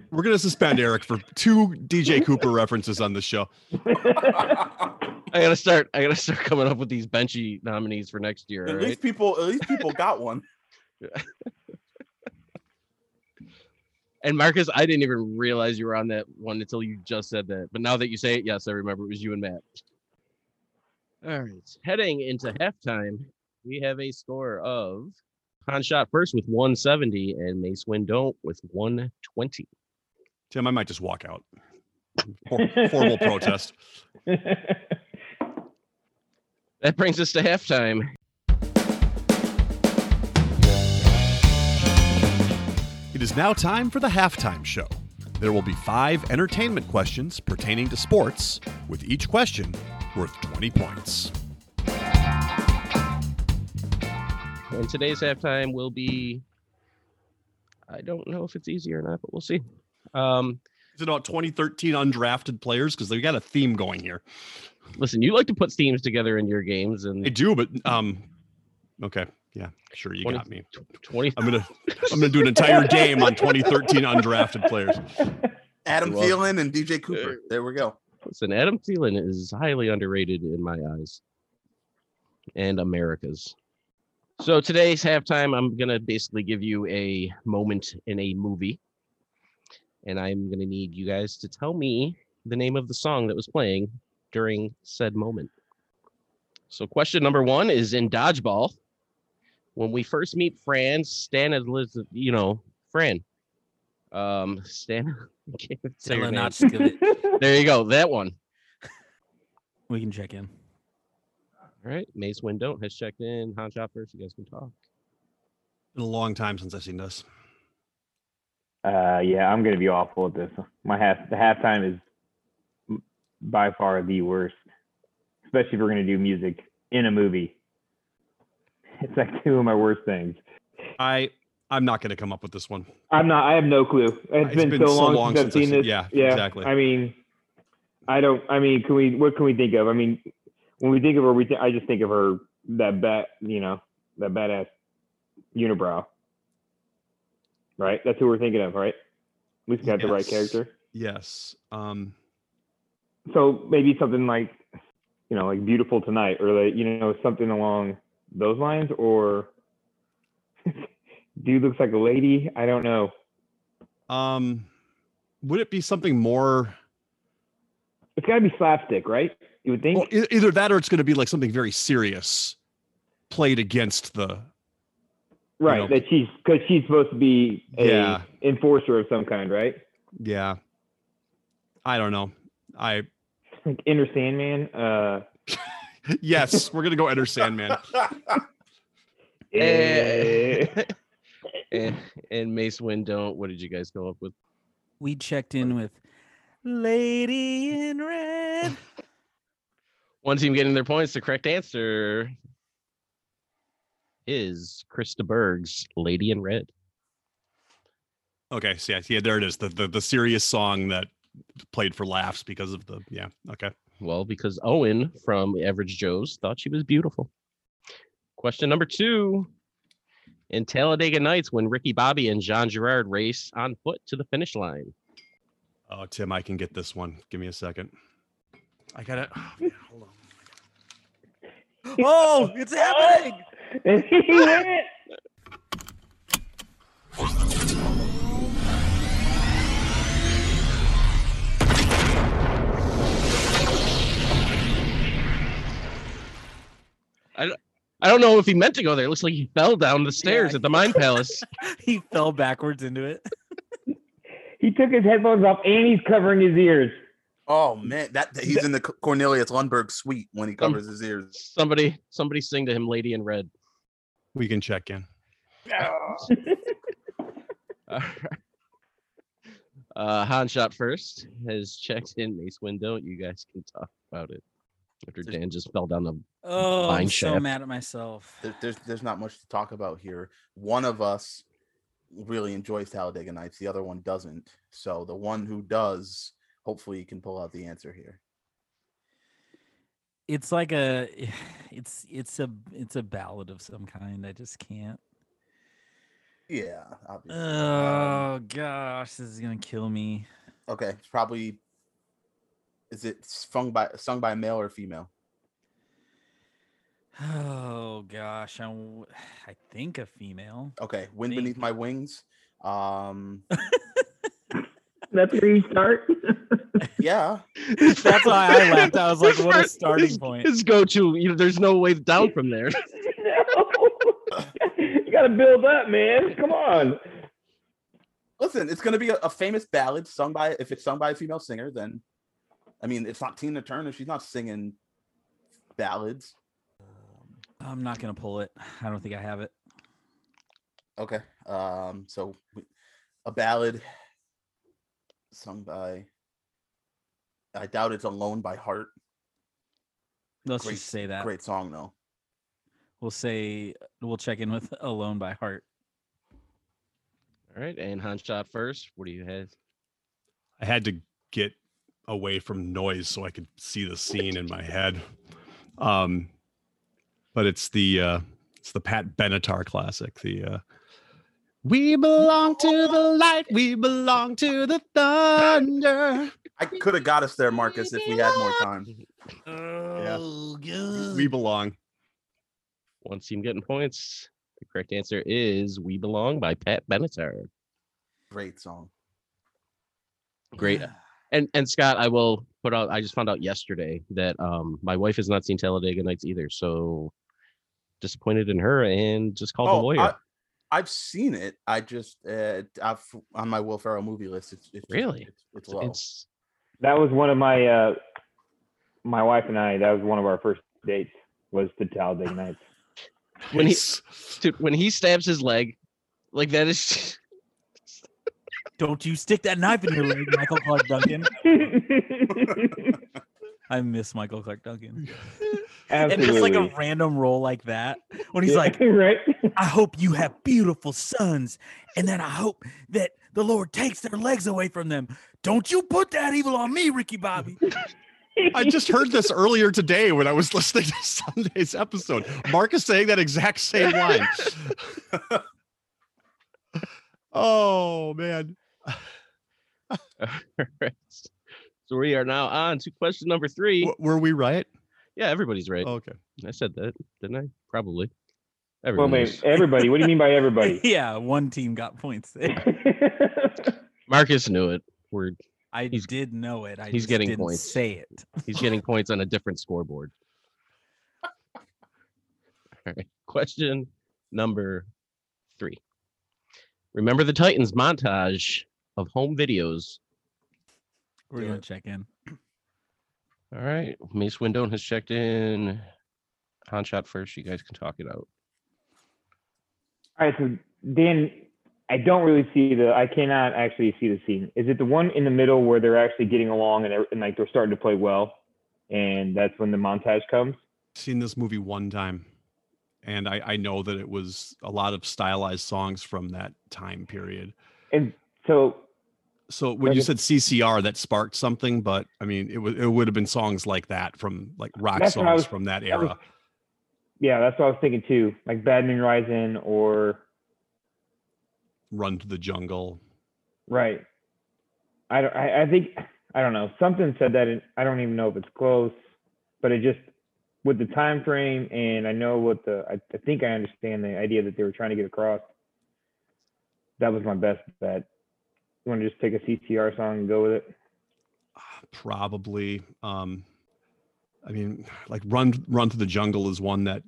S4: We're gonna suspend Eric for two DJ Cooper references on this show.
S2: I gotta start. I gotta start [laughs] coming up with these benchy nominees for next year.
S5: At
S2: all
S5: least
S2: right?
S5: people, at least people got one.
S2: And Marcus, I didn't even realize you were on that one until you just said that. But now that you say it, yes, I remember it was you and Matt. All right, heading into halftime, we have a score of Han shot first with 170 and Mace Windon with 120.
S4: Tim, I might just walk out. For- formal protest.
S2: That brings us to halftime.
S8: It is now time for the halftime show. There will be five entertainment questions pertaining to sports, with each question worth 20 points.
S2: And today's halftime will be I don't know if it's easy or not, but we'll see. Um,
S4: Is it about 2013 undrafted players? Because they got a theme going here.
S2: listen, you like to put teams together in your games
S4: I
S2: and
S4: do, but um, okay, yeah, sure, you
S2: Twenty-
S4: got me.
S2: 20
S4: I'm gonna I'm gonna do an entire game on 2013 undrafted players.
S5: Adam
S2: Well-
S5: Thielen and DJ Cooper. There we go.
S2: Listen, Adam Thielen is highly underrated in my eyes and America's. So today's halftime, I'm going to basically give you a moment in a movie. And I'm going to need you guys to tell me the name of the song that was playing during said moment. So, question number one is in Dodgeball. When we first meet Fran, Stan is, lives- you know, Fran. Um, Stan, [laughs] I can't even say her
S6: Dylan
S2: name.
S6: Notch Skillet.
S2: There you go. That one.
S6: We can check in.
S2: All right, Mace Windon has checked in. Han Choppers, you guys can talk.
S4: Been a long time since I've seen this.
S3: Uh, yeah, I'm gonna be awful at this. My half the halftime is m- by far the worst, especially if we're gonna do music in a movie. It's like two of my worst things.
S4: I I'm not gonna come up with this one.
S3: I'm not. I have no clue.
S4: It's been been so so long long since I've since I've seen seen- this. yeah, Yeah, exactly. I
S3: I mean, I don't. I mean, can we? What can we think of? I mean, when we think of her, we I just think of her that bat. You know, that badass unibrow. Right. That's who we're thinking of. Right. We least got the right
S4: Yes.
S3: character.
S4: Yes. Um.
S3: so maybe something like you know like beautiful tonight or like you know something along those lines or [laughs] dude looks like a lady i don't know
S4: Um. Would it be something more?
S3: it's got to be slapstick right you would think
S4: Well, e- either that or it's gonna be like something very serious, played against the.
S3: right
S4: know.
S3: that she's because she's supposed to be a
S4: Yeah.
S3: enforcer of some kind right [laughs]
S4: Yeah. I don't know. I
S3: like inner sandman uh
S4: yes, we're gonna go enter Sandman.
S2: Eh. [laughs] and, and Mace Windon, what did you guys go up with?
S6: We checked in with Lady in Red.
S2: One team getting their points. The correct answer is Krista Berg's Lady in Red.
S4: Okay. So yeah, yeah, there it is. The the, the serious song that played for laughs because of the yeah. Okay.
S2: Well, because Owen from Average Joe's thought she was beautiful. Question number two. In Talladega Nights, when Ricky Bobby and Jean Girard race on foot to the finish line.
S4: Oh, Tim, I can get this one. Give me a second. I gotta. [sighs] oh, man, hold on.
S6: Oh, it's happening.
S3: and he went
S2: I don't know if he meant to go there. It looks like [laughs] he fell down the stairs
S6: Yeah.
S2: at the Mine Palace.
S6: he fell backwards into it.
S3: [laughs] He took his headphones off and he's covering his
S4: [laughs]
S3: ears. [laughs]
S5: Oh man, that that- he's in the C- Cornelius Lundberg suite when he covers his ears.
S2: Somebody, somebody sing to him, "Lady in Red."
S4: We can check in.
S2: All right. Uh, Han shot first has checked in Mace window. You guys can talk about it after Dan just fell down the. [laughs]
S6: Oh, I'm
S2: Mine
S6: so
S2: shaft.
S6: mad at myself.
S5: There, there's there's not much to talk about here. One of us really enjoys Talladega Nights. The other one doesn't. So the one who does, hopefully, can pull out the answer here.
S6: It's like a, [sighs] it's it's a it's a ballad of some kind. I just can't.
S5: Yeah, obviously. Um,
S6: Oh gosh, this is gonna kill me.
S5: okay, it's probably. Is it sung by sung by male or female?
S6: Oh gosh, I w- I think a female.
S5: Okay, wind
S6: Think.
S5: beneath my wings. Um,
S3: That's where you start. [laughs]
S5: yeah,
S6: That's why
S2: [laughs]
S6: I laughed. I was like, what a starting
S2: His-
S6: point.
S2: His go-to. You know, there's no way down from [laughs] there.
S3: you got to build up, man. Come on.
S5: listen, it's gonna be a, a famous ballad sung by if it's sung by a female singer, then I mean it's not Tina Turner, she's not singing ballads.
S6: I'm not gonna pull it. I don't think I have it.
S5: Okay. Um so w- a ballad sung by I doubt it's Alone by Heart.
S6: Let's
S5: Great-
S6: just say that.
S5: Great song though.
S6: We'll say we'll check in with Alone by Heart.
S2: All right, and Han shot first. What do you have?
S4: I had to get away from noise so I could see the scene in my head. Um, but it's the uh, it's the Pat Benatar classic. The uh, we belong to the light, we belong to the thunder.
S5: I could have got us there, Marcus, if we had more time.
S4: Oh, We belong.
S2: One team getting points. The correct answer is "We Belong" by Pat Benatar.
S5: Great song.
S2: Great. And and Scott, I will put out. I just found out yesterday that um my wife has not seen Talladega Nights either, so disappointed in her and just called the lawyer.
S5: Oh, I, I've seen it. I just uh, I've on my Will Ferrell movie list. It's, it's just-
S2: Really?
S5: it's, it's low.
S2: It's
S3: That was one of my, uh, my wife and I, that was one of our first dates was to Talladega Nights.
S2: When he-
S4: It's-
S2: dude, when he stabs his leg, like that is
S6: [sighs]
S2: [laughs]
S6: Don't you stick that knife in your leg, Michael Clark Duncan. I miss Michael
S3: [laughs]
S6: Clark Duncan. And
S3: Absolutely.
S6: just like a random role like that, when [laughs] he's
S3: Yeah, [laughs]
S6: like,
S3: right?
S6: I hope you have beautiful sons, and then I hope that the Lord takes their legs away from them. Don't you put that evil on me,
S2: [laughs]
S6: Ricky Bobby.
S4: I just heard this earlier today when I was [laughs] listening to Sunday's episode. Marcus saying that exact
S2: [laughs]
S4: same line. oh man.
S2: Alright. So we are now on to question number three.
S4: W- were we right?
S2: Yeah, everybody's right.
S4: Okay.
S2: I said that, didn't I? Probably.
S3: [laughs] well,
S2: Everyone
S3: wait,
S2: knows.
S3: everybody. What do you mean by everybody?
S6: [laughs] yeah, one team got points. [laughs] there.
S2: Marcus knew it. We're
S6: I
S2: He's-
S6: did know it. I
S2: he's
S6: just
S2: getting
S6: didn't
S2: points.
S6: Say it.
S2: He's getting points on a different scoreboard. All right. Question number three. Remember the Titans montage of home videos.
S6: We're gonna check in.
S2: All right. Mace Windone has checked in. Han shot first. You guys can talk it out.
S3: All right, so Dan, I don't really see the. I cannot actually see the scene. Is it the one in the middle where they're actually getting along and, every- and like they're starting to play well, and that's when the montage comes?
S4: Seen this movie one time. And I, I know that it was a lot of stylized songs from that time period.
S3: And so,
S4: So when you
S3: Okay.
S4: said CCR, that sparked something, but I mean, it would it would have been songs like that from like rock
S3: That's what I
S4: songs
S3: was-
S4: from that
S3: that was-
S4: era.
S3: yeah, that's what I was thinking too, like Bad Moon Rising or
S4: Run to the jungle.
S3: right. I don't. I, I think I don't know. Something said that. In, I don't even know if it's close, but it just with the time frame and I know what the. I, I think I understand the idea that they were trying to get across. That was my best bet. You want to just pick a CCR song and go with it?
S4: ah, probably um i mean like run run to the jungle is one that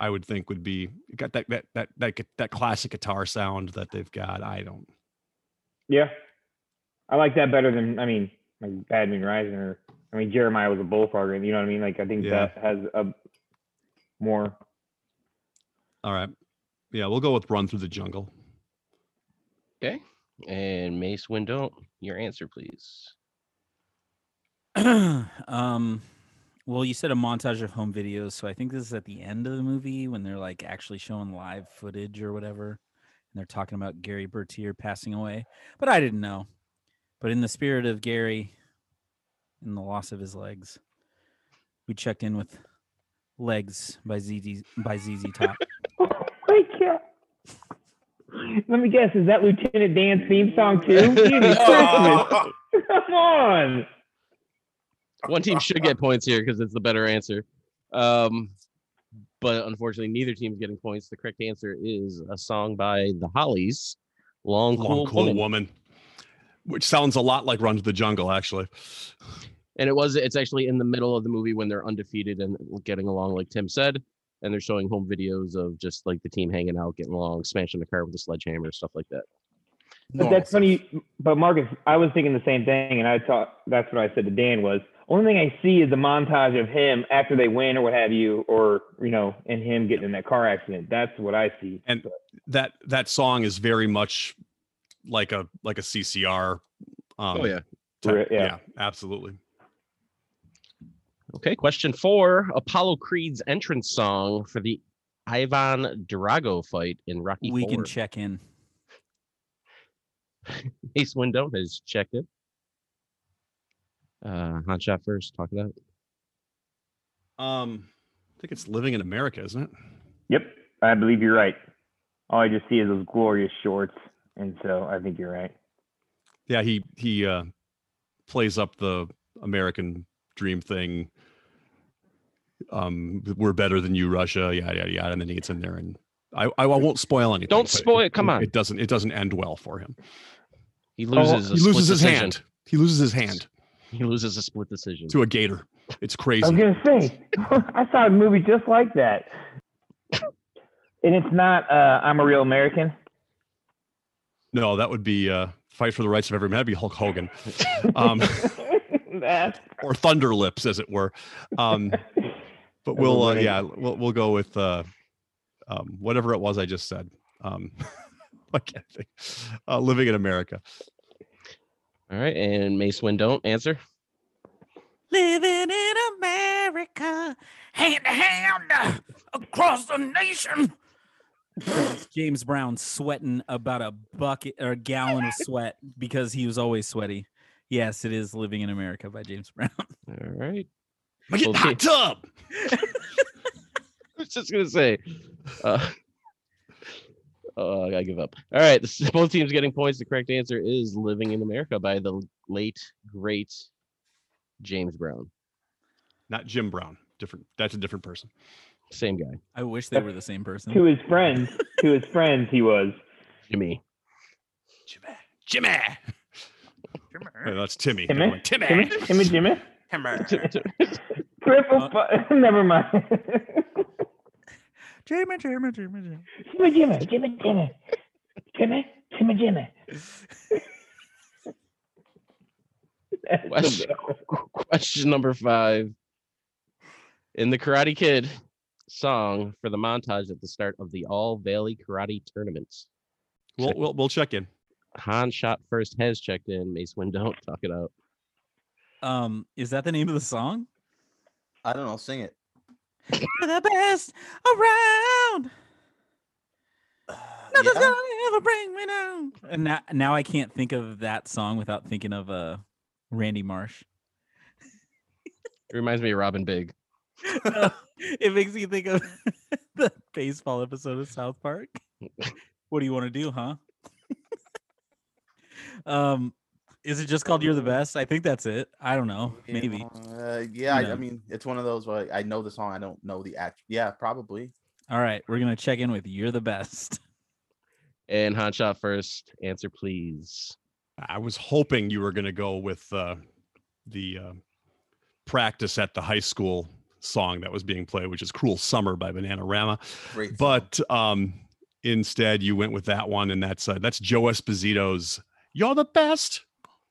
S4: i would think would be it got that that that that, gu- that classic guitar sound that they've got i don't
S3: Yeah. I like that better than I mean, like Badman Reisner. I mean, Jeremiah was a bullfogger. You know what I mean? Like I think
S4: Yeah.
S3: that has a more.
S4: All right. Yeah, we'll go with Run Through the Jungle.
S2: Okay. And Mace Window, your answer, please.
S6: [clears throat] um well you said a montage of home videos so i think this is at the end of the movie when they're like actually showing live footage or whatever and they're talking about gary bertier passing away but i didn't know but in the spirit of gary and the loss of his legs we checked in with legs by zz by zz top
S3: Oh my god! Let me guess. Is that Lieutenant Dan's theme song too? Jesus Christmas! Come on!
S2: One team should get points here because it's the better answer. Um, but unfortunately, neither team's getting points. The correct answer is a song by the Hollies, Long Cool,
S4: Long, cool
S2: Woman.
S4: woman. Which sounds a lot like Run to the Jungle, actually.
S2: And it was it's actually in the middle of the movie when they're undefeated and getting along, like Tim said. And they're showing home videos of just like the team hanging out, getting along, smashing the car with a sledgehammer, stuff like that.
S3: But
S5: Normal
S3: that's funny. But Marcus, I was thinking the same thing, and I thought that's what I said to Dan was. Only thing I see is the montage of him after they win or what have you, or you know, and him getting in that car accident. That's what I see.
S4: And- That that song is very much like a like a CCR. Um,
S2: Oh yeah.
S4: type-
S3: Yeah.
S4: yeah, absolutely.
S2: Okay, question four. Apollo Creed's entrance song for the Ivan Drago fight in Rocky
S6: we can
S2: IV.
S6: check in
S2: Ace Window has checked it. Uh, hot shot first. Talk it out.
S4: Um, I think it's Living in America, isn't it?
S3: Yep, I believe you're right. All I just see is those glorious shorts, and so I think you're right.
S4: Yeah, he he uh, plays up the American dream thing. Um, we're better than you, Russia. Yada yada yada. And then he gets in there, and I I, I won't spoil anything.
S2: Don't
S4: but it-
S2: spoil- come
S4: it-
S2: on.
S4: It doesn't it doesn't end well for him.
S2: He loses.
S4: Oh, he
S2: a split
S4: loses his
S2: decision.
S4: hand. He loses his hand
S2: He loses a split decision.
S4: to a gator. It's
S3: I was
S4: crazy.
S3: gonna say, [laughs] I saw a movie just like that, and it's not uh, "I'm a Real American."
S4: No, that would be uh, fight for the rights of every man. That'd be Hulk Hogan,
S3: [laughs]
S4: um,
S3: That's
S4: or Thunder Lips, as it were. Um, but
S3: That's a
S4: we'll uh,
S3: winning-
S4: yeah we'll, we'll go with uh um whatever it was i just said um [laughs] i can't think uh living in america
S2: All right, and Mace Window answer.
S6: living in america hand to hand across the nation [sighs] James Brown sweating about a bucket or a gallon of sweat because he was always sweaty. Yes, it is Living in America by James Brown. [laughs]
S2: All right. [laughs]
S4: Make it
S2: Okay.
S4: hot tub
S2: I was just gonna say. Uh, [laughs] oh, I gotta give up. All right, this, [laughs] both teams getting points. The correct answer is "Living in America" by the late great James Brown.
S4: not jim brown different that's a different person
S2: Same guy,
S6: I wish they were the same person.
S3: to his friends. To his friends, he was.
S2: Jimmy.
S4: jimmy jimmy [laughs] No, that's timmy
S3: Timmy?
S4: Never mind. timmy,
S3: Timmy, Timmy, Jimmy.
S2: [laughs]
S3: Triple.
S4: Uh.
S3: fu- [laughs] Never mind.
S6: Jimmy, Jimmy, Jimmy, Jimmy.
S3: Jimmy, Jimmy, Jimmy, Jimmy, Jimmy, Jimmy, Jimmy. That's
S2: Wes.
S3: the best.
S2: Question number five. In the Karate Kid song for the montage at the start of the All Valley Karate tournaments,
S4: we'll, we'll we'll check in
S2: Han shot first has checked in. Mace [laughs] Window, talk it out.
S6: Um, is that the name of the song?
S5: I don't know. Sing it.
S6: For the best around.
S5: Uh,
S6: Nothing's
S5: yeah?
S6: gonna ever bring me down. And now, now I can't think of that song without thinking of uh Randy Marsh.
S2: It reminds me of Robin Big.
S6: [laughs] it makes me think of [laughs] the baseball episode of South Park. what do you want to do, huh? [laughs] um, is it just called "You're the Best"? I think that's it. I don't know. Maybe.
S5: Uh, yeah, I,
S6: Yeah.
S5: I mean, it's one of those where I know the song, I don't know the act. Yeah, probably.
S6: All right, we're gonna check in with "You're the Best." [laughs]
S2: And Han shot first. Answer, please.
S4: i was hoping you were going to go with uh the uh, practice at the high school song that was being played which is cruel summer by bananarama
S5: Great. song.
S4: but um instead you went with that one and that's uh, that's joe esposito's you're the best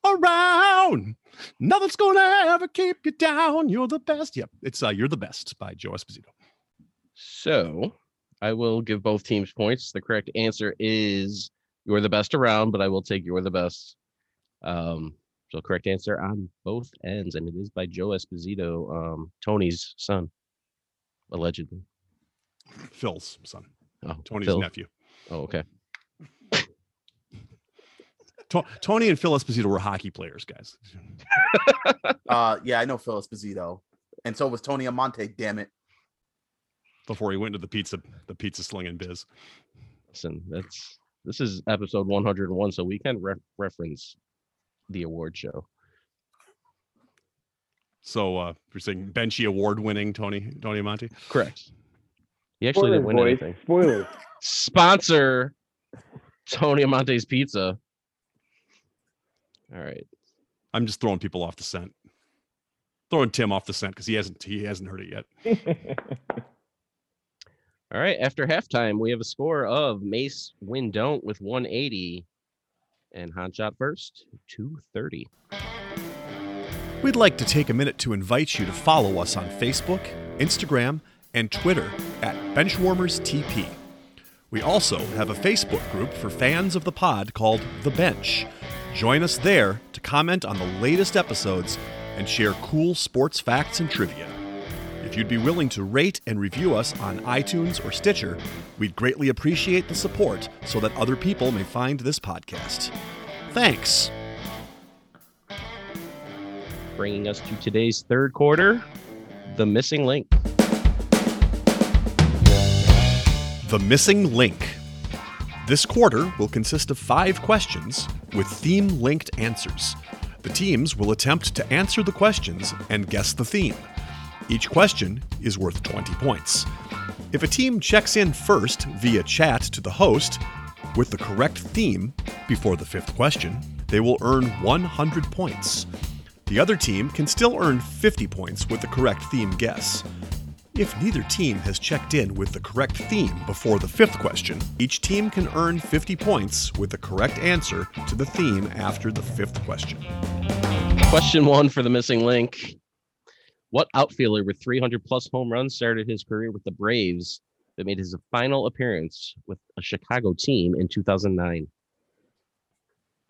S4: around. Nothing's gonna ever keep you down. You're the best. Yep, it's uh, "You're the Best" by Joe Esposito.
S2: So I will give both teams points. The correct answer is you're the best around, but I will take you're the best. Um, so correct answer on both ends, and it is by Joe Esposito, um, Tony's son, allegedly.
S4: Phil's son,
S2: Oh,
S4: Tony's
S2: Phil.
S4: nephew.
S2: Oh, okay.
S4: To- Tony and Phil Esposito were hockey players, guys.
S5: Uh, yeah, I know Phil Esposito, and so was Tony Amante. Damn it!
S4: Before he went to the pizza, the pizza slinging biz.
S2: Listen, that's this is episode 101, so we can re- reference the award show.
S4: So uh, we're saying Benchy award winning Tony Tony Monte.
S2: Correct. He actually didn't win
S3: Spoilers,
S2: anything.
S3: Spoilers. [laughs]
S2: sponsor Tony Amante's Pizza. All right.
S4: I'm just throwing people off the scent. Throwing Tim off the scent because he hasn't he hasn't heard it yet.
S2: All right. After halftime, we have a score of Mace Win Don't with 180 and Hot Shot First, 230.
S8: We'd like to take a minute to invite you to follow us on Facebook, Instagram, and Twitter at Benchwarmers TP. We also have a Facebook group for fans of the pod called The Bench. Join us there to comment on the latest episodes and share cool sports facts and trivia. If you'd be willing to rate and review us on iTunes or Stitcher, we'd greatly appreciate the support so that other people may find this podcast. Thanks.
S2: Bringing us to today's third quarter, The Missing Link.
S8: The Missing Link. This quarter will consist of five questions with theme linked answers. The teams will attempt to answer the questions and guess the theme. Each question is worth 20 points. If a team checks in first via chat to the host with the correct theme before the fifth question, they will earn 100 points. The other team can still earn 50 points with the correct theme guess. If neither team has checked in with the correct theme before the fifth question, each team can earn 50 points with the correct answer to the theme after the fifth question.
S2: Question one for The Missing Link What outfielder with 300 plus home runs started his career with the Braves that made his final appearance with a Chicago team in 2009?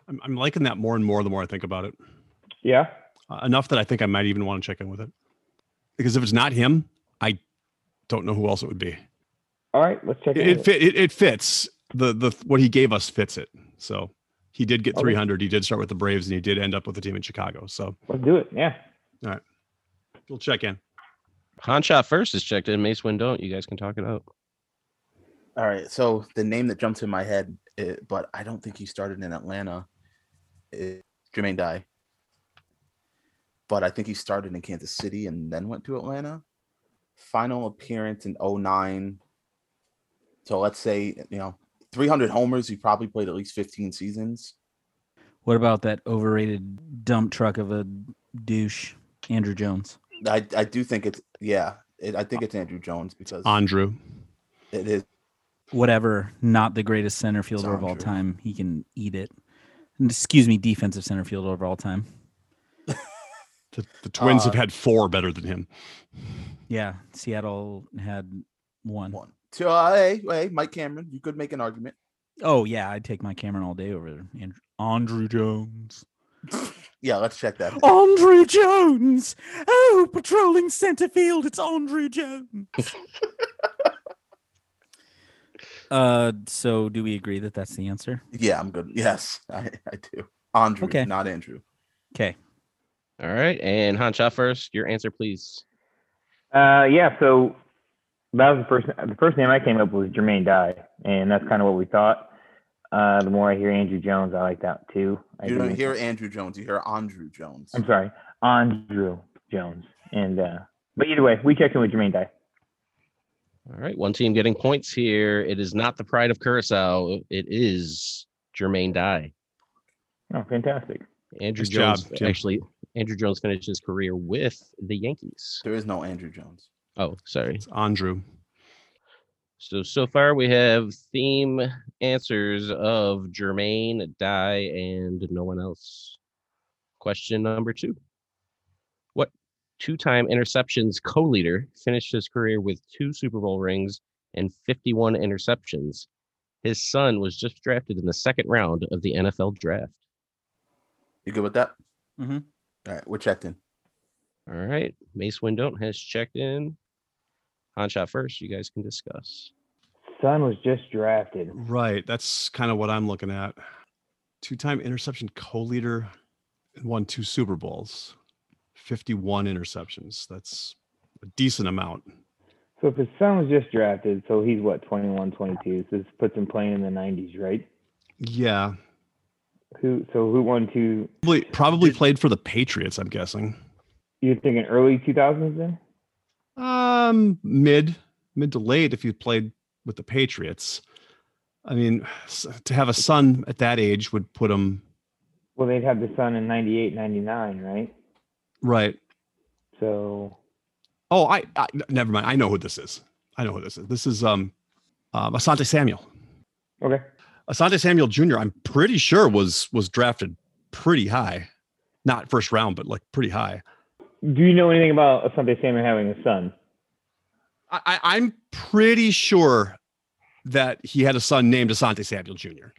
S4: I'm, I'm liking that more and more the more I think about it.
S3: yeah.
S4: Uh, enough that I think I might even want to check in with it. Because if it's not him, I don't know who else it would be.
S3: All right, let's check
S4: It,
S3: it.
S4: it, fit, it, it fits the the what he gave us fits it. So he did get
S3: Okay.
S4: 300. He did start with the Braves and he did end up with the team in Chicago. So
S3: Let's do it. Yeah.
S4: we'll check in.
S2: Hanshot first is checked in. Mace Win Don't. You guys can talk it out.
S5: All right, so the name that jumps in my head, eh, but I don't think he started in Atlanta, is Jermaine Dye. But I think he started in Kansas City and then went to Atlanta. Final appearance in 09. So let's say, you know, 300 homers, he probably played at least 15 seasons.
S6: What about that overrated dump truck of a douche, Andrew Jones?
S5: I, I do think it's, yeah, it, I think it's Andrew Jones because
S4: Andrew.
S5: it is
S6: Whatever, not the greatest center fielder of
S5: Sounds
S6: all
S5: true.
S6: time. He can eat it. And Excuse me, defensive center fielder of all time.
S4: The, the Twins
S5: Uh,
S4: have had four better than him.
S6: Yeah, Seattle had one.
S5: one. So, uh, hey, hey, Mike Cameron, you could make an argument.
S6: Oh yeah, I'd take my Cameron all day over Andrew, Andrew Jones.
S5: Yeah, let's check that.
S6: Andrew Jones. Oh, patrolling center field. It's Andrew Jones. uh, so do we agree that that's the answer?
S5: Yeah, I'm good. Yes, [laughs] I, I do. Andrew,
S6: Okay.
S5: not Andrew.
S6: Okay.
S2: All right. And Hanshot first. Your answer, please.
S3: Uh, yeah. So that was the first. The first name I came up with was Jermaine Dye, and that's kind of what we thought. Uh, the more I hear Andrew Jones, I like that too. I
S5: You
S3: do
S5: don't
S3: like-
S5: hear Andrew Jones. You hear Andrew Jones.
S3: I'm sorry, Andrew Jones. And uh, but either way, we checked in with Jermaine Dye.
S2: All right. One team getting points here. It is not the pride of Curacao. It is Jermaine Dye.
S3: Oh, fantastic.
S2: Andrew
S4: Nice job,
S2: Jones
S4: Tim.
S2: actually. Andrew Jones finished his career with the Yankees.
S5: There is no Andrew Jones.
S2: Oh, sorry.
S4: It's Andrew.
S2: So so far we have theme answers of Jermaine Dye and no one else. Question number two. What two time interceptions co leader finished his career with two Super Bowl rings and 51 interceptions? His son was just drafted in the second round of the NFL draft.
S5: You good with that?
S6: Mhm.
S5: All right, we're checked in.
S2: All right. Mace Windon has checked in. Han shot first. You guys can discuss.
S3: Son was just drafted.
S4: Right. That's kind of what I'm looking at. Two time interception co leader and won two Super Bowls, 51 interceptions. That's a decent amount.
S3: So if his son was just drafted, so he's what 21, 22. So this puts him playing in the 90s, right?
S4: Yeah.
S3: Who? So who won two?
S4: Probably, probably played for the Patriots, I'm guessing.
S3: You're thinking early 2000s then?
S4: Um, mid, mid to late if you played with the Patriots. I mean, s- to have a son at that age would put him
S3: Well, they'd have the son in 98, 99, right?
S4: right.
S3: So
S4: Oh, I, I never mind. I know who this is. I know who this is. This is um, um Asante Samuel.
S3: okay,
S4: Asante Samuel Jr. I'm pretty sure was was drafted pretty high, not first round, but like pretty high.
S3: do you know anything about Asante Samuel having a son?
S4: I, I I'm pretty sure that he had a son named Asante Samuel Jr.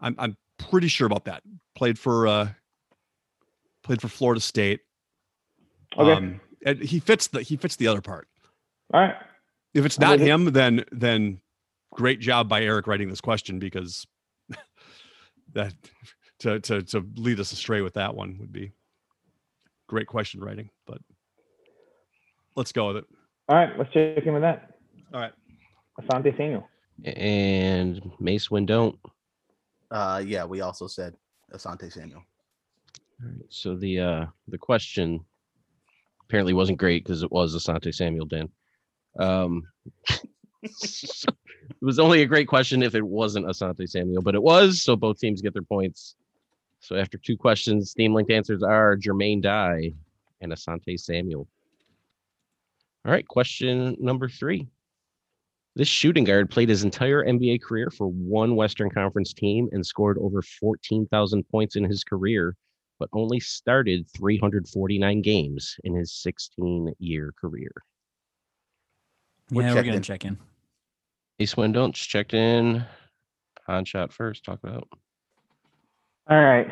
S4: I'm I'm pretty sure about that. Played for uh played for Florida State.
S3: Okay,
S4: Um, and he fits the he fits the other part.
S3: all right.
S4: If it's
S3: I'm
S4: not
S3: with it.
S4: him, then then great job by Eric writing this question because [laughs] that to to to lead us astray with that one would be great question writing. But let's go with it.
S3: All right, let's check in with that.
S4: All right.
S3: Asante Samuel.
S2: And Mace Windon.
S5: Uh, yeah, we also said Asante Samuel.
S2: All right. So the uh the question apparently wasn't great because it was Asante Samuel Dan. Um [laughs] so it was only a great question if it wasn't Asante Samuel, but it was, so both teams get their points. So after two questions, theme linked answers are Jermaine Dye and Asante Samuel. All right, question number three. This shooting guard played his entire NBA career for one Western Conference team and scored over 14,000 points in his career but only started 349 games in his 16 year career.
S5: We're
S6: yeah, we're
S5: checked
S6: gonna
S5: in.
S6: check in.
S2: Ace Wendonch checked in. Han shot first. Talk about.
S3: All right.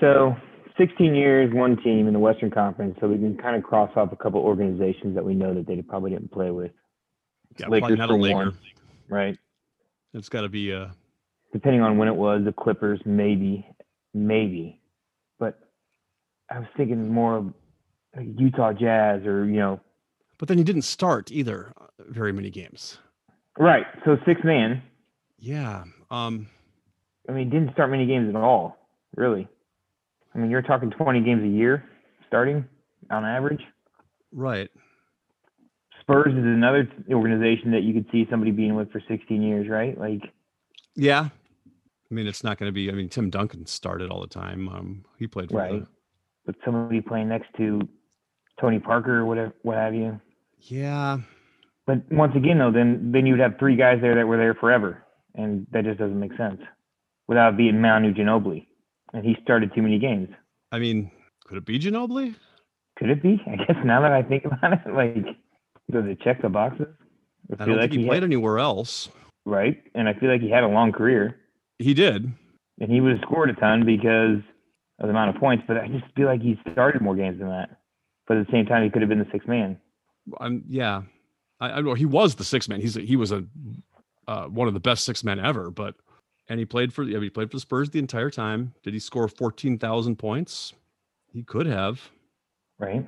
S3: So 16 years, one team in the Western Conference. So we can kind of cross off a couple organizations that we know that they probably didn't play with,
S4: Yeah,
S3: Lakers
S4: not a
S3: for
S4: Laker.
S3: one. right?
S4: It's got to be uh
S3: Depending on when it was, the Clippers, maybe, maybe. But I was thinking more of like Utah Jazz or, you know,
S4: But then he didn't start either uh, very many games.
S3: right. So six man.
S4: Yeah. Um
S3: I mean, didn't start many games at all, really. I mean, you're talking 20 games a year starting on average.
S4: right.
S3: Spurs is another t- organization that you could see somebody being with for 16 years, right? Like,
S4: Yeah. I mean, it's not going to be I mean, Tim Duncan started all the time. Um he played for
S3: right.
S4: the,
S3: But somebody playing next to Tony Parker or whatever, what have you.
S4: Yeah.
S3: But once again, though, then then you'd have three guys there that were there forever, and that just doesn't make sense without being Manu Ginobili, and he started too many games.
S4: I mean, could it be Ginobili?
S3: Could it be? [laughs] I guess now that I think about it, like, does it check the boxes? I
S4: I
S3: feel
S4: don't
S3: like
S4: think he
S3: he
S4: played
S3: had-
S4: anywhere else.
S3: right, and I feel like he had a long career.
S4: He did.
S3: and he would have scored a ton because of the amount of points. But I just feel like he started more games than that. But at the same time, he could have been the sixth man.
S4: I'm yeah. I, I well, he was the six man. He's a, he was a uh, one of the best six men ever. But and he played for the he played for the Spurs the entire time. Did he score fourteen thousand points? He could have.
S3: Right?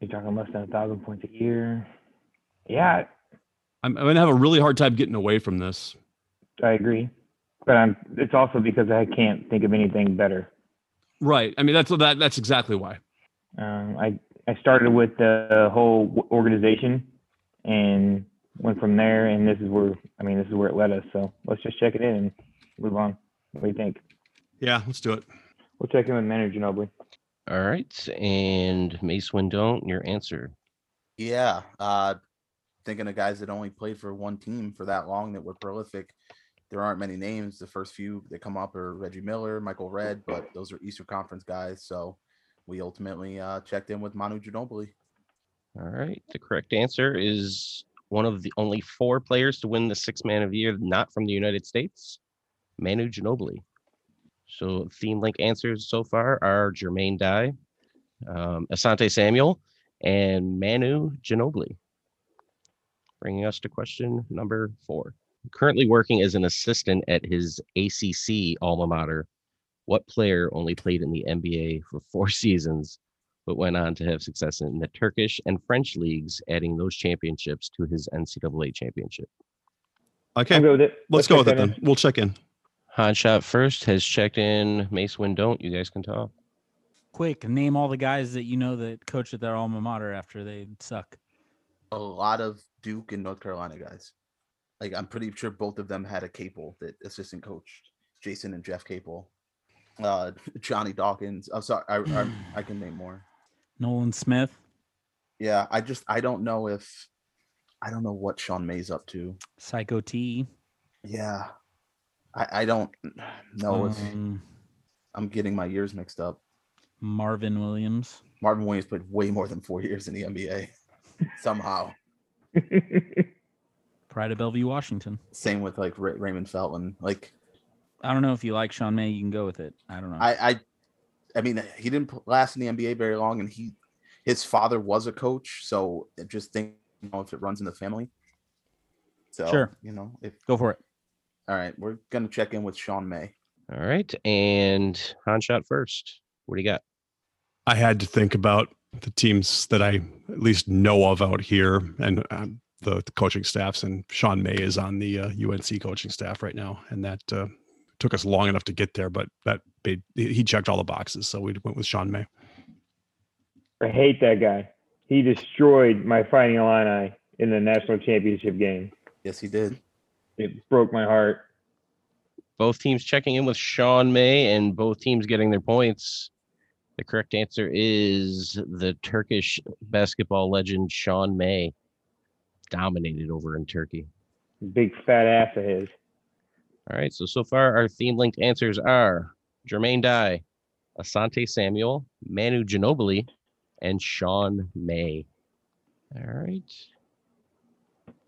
S3: You're talking less than a thousand points a year. Yeah,
S4: I'm, I'm gonna have a really hard time getting away from this.
S3: I agree. But I'm. It's also because I can't think of anything better.
S4: Right. I mean that's that that's exactly why.
S3: Um, I I started with the whole w- organization and went from there. And this is where I mean, this is where it led us. So let's just check it in and move on. What do you think?
S4: Yeah, let's do it.
S3: We'll check in with Manager Ginobili.
S2: All right. And Mace Windon, your answer.
S5: Yeah. Uh thinking of guys that only played for one team for that long that were prolific. There aren't many names. The first few that come up are Reggie Miller, Michael Red, but those are Easter Conference guys. So we ultimately uh, checked in with Manu Ginobili.
S2: All right. The correct answer is one of the only four players to win the six man of the year, not from the United States, Manu Ginobili. So theme link answers so far are Jermaine Dye, um, Asante Samuel, and Manu Ginobili. Bringing us to question number four. Currently working as an assistant at his ACC alma mater, what player only played in the NBA for four [laughs] seasons but went on to have success in the Turkish and French leagues, adding those championships to his NCAA championship.
S4: Okay,
S3: I'll go with it.
S4: let's go with it
S3: check
S4: then. We'll check in.
S2: Hanshot first has checked in. Mace Windont, you guys can talk.
S6: Quick, name all the guys that you know that coach at their alma mater after they suck.
S5: A lot of Duke and North Carolina guys. Like I'm pretty sure both of them had a Capel that assistant coached Jason and Jeff Capel, uh, [laughs] Johnny Dawkins. I'm sorry, I, I I can name more.
S6: Nolan Smith.
S5: Yeah, I just I don't know if I don't know what Sean May's up to.
S6: Psycho T.
S5: Yeah, I I don't know if
S6: um,
S5: I'm getting my years mixed up.
S6: Marvin Williams.
S5: Marvin Williams played way more than four years in the NBA. [laughs] Somehow,
S3: it.
S6: Pride of Bellevue, Washington.
S5: same with like Ra- Raymond Felton. Like
S6: I don't know if you like Sean May. You can go with it. I don't know.
S5: I, I, I mean, he didn't pl- last in the NBA very long, and he, his father was a coach, so I just think you know, if it runs in the family. So
S6: Sure.
S5: you know if
S6: go for it.
S5: all right, we're gonna check in with Sean May.
S2: All right. And Hanshot first. What do you got?
S4: I had to think about the teams that I at least know of out here and um, the, the coaching staffs. And Sean May is on the uh, UNC coaching staff right now, and that uh, took us long enough to get there, but that made, he he checked all the boxes, so we went with Sean May.
S3: I hate that guy. He destroyed my Fighting Illini in the national championship game.
S5: Yes, he did.
S3: It broke my heart.
S2: Both teams checking in with Sean May and both teams getting their points. The correct answer is the Turkish basketball legend Sean May dominated over in Turkey.
S3: Big fat ass of his.
S2: All right. So so far our theme linked answers are Jermaine Dye, Asante Samuel, Manu Ginobili, and Sean May. All right.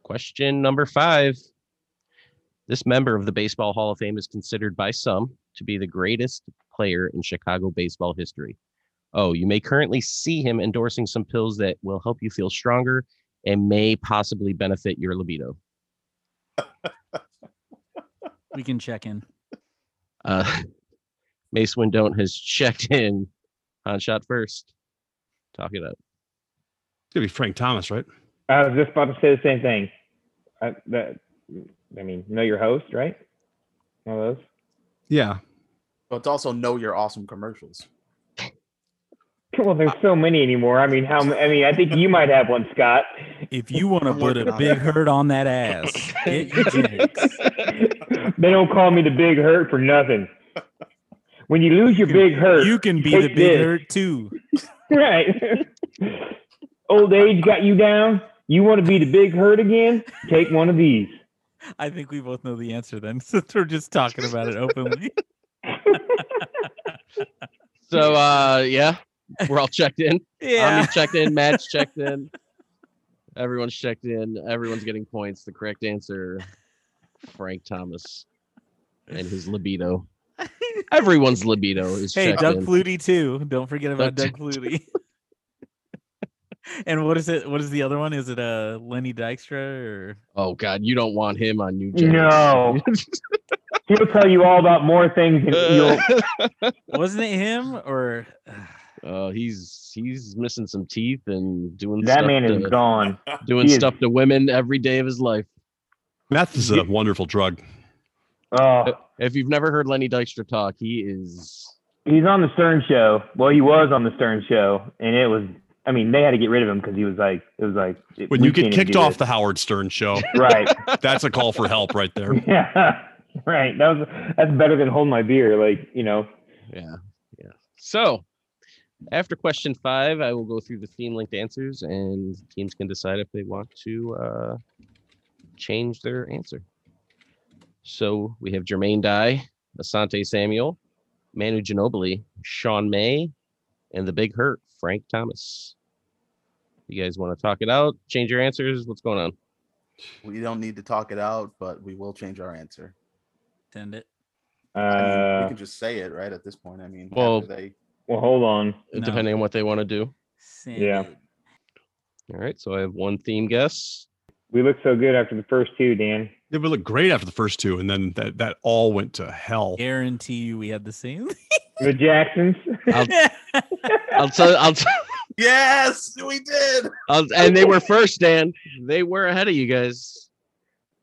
S2: Question number five. This member of the Baseball Hall of Fame is considered by some to be the greatest player in Chicago baseball history. Oh, you may currently see him endorsing some pills that will help you feel stronger and may possibly benefit your libido.
S6: We can check in.
S2: Uh, [laughs] Mace Windont has checked in on shot first. Talk it up.
S4: It's gonna be Frank Thomas, right?
S3: I was just about to say the same thing. I, that, I mean, know your host, right? One of those.
S4: Yeah,
S5: But it's also know your awesome commercials.
S3: [laughs] Well, there's so many anymore. I mean, how? m- I mean, I think you might have one, Scott. [laughs]
S6: If you want to
S5: I'm
S6: put
S5: working
S6: a
S5: on
S6: big
S5: it.
S6: hurt on that ass, get your jinx.
S3: they don't call me the Big Hurt for nothing. When you lose your
S6: You can-
S3: Big Hurt,
S6: you can be the
S3: take
S6: big
S3: this.
S6: hurt too.
S3: [laughs] right? Old age got you down. You want to be the Big Hurt again? Take one of these.
S6: I think we both know the answer then, [laughs] since we're just talking about it openly.
S3: [laughs]
S2: So uh yeah, we're all checked in.
S6: [laughs] yeah.
S2: Omni checked in,
S3: [laughs]
S2: Matt's checked in. Everyone's checked in. Everyone's getting points. The correct answer, Frank Thomas and his libido. Everyone's libido is
S6: hey,
S2: checked
S6: Doug
S2: in.
S6: Flutie too. Don't forget about Doug
S2: Doug-
S6: Flutie. [laughs] and what is it? What is the other one? Is it uh, Lenny Dykstra or
S2: oh god, you don't want him on New Jersey.
S3: No, [laughs] he'll tell you all about more things
S4: Uh,
S3: than you'll
S4: [laughs]
S6: wasn't it him or
S2: [laughs]
S6: [sighs]
S2: uh, he's he's missing some teeth and doing
S3: That
S2: stuff
S3: man
S2: to,
S3: is gone.
S2: doing
S3: He is-
S2: stuff to women every day of his life.
S4: meth is a wonderful drug.
S3: Oh,
S2: If you've never heard Lenny Dykstra talk, he is
S3: he's on the Stern Show. Well, he was on the Stern Show, and it was. I mean, they had to get rid of him because he was like, it was like it-
S4: When
S3: we
S4: you get
S3: can't even
S4: kicked
S3: do
S4: off
S3: this.
S4: the Howard Stern show,
S3: [laughs] right?
S4: that's a call for help right there.
S3: Yeah, [laughs] right. That was that's better than holding my beer. Like you know,
S2: yeah, yeah. So after question five, I will go through the theme linked answers and teams can decide if they want to uh, change their answer. So we have Jermaine Dye, Asante Samuel, Manu Ginobili, Sean May, and the big hurt, Frank Thomas. You guys want to talk it out? Change your answers? What's going on?
S5: We don't need to talk it out, but we will change our answer.
S6: Send it.
S5: I mean,
S3: Uh,
S5: we can just say it right at this point. I mean, after
S2: Well-
S5: they
S3: well, hold on.
S6: No.
S2: Depending on what they want to do.
S6: Send
S3: Yeah.
S6: it.
S2: All right. So I have one theme guess.
S3: We looked so good after the first two, Dan.
S4: It would look great after the first two, and then that that all went to hell.
S6: Guarantee you, we had the same.
S3: The Jacksons.
S6: [laughs]
S2: I'll tell. I'll. T-
S5: yes, we did.
S2: I'll and they were first, Dan. They were ahead of you guys.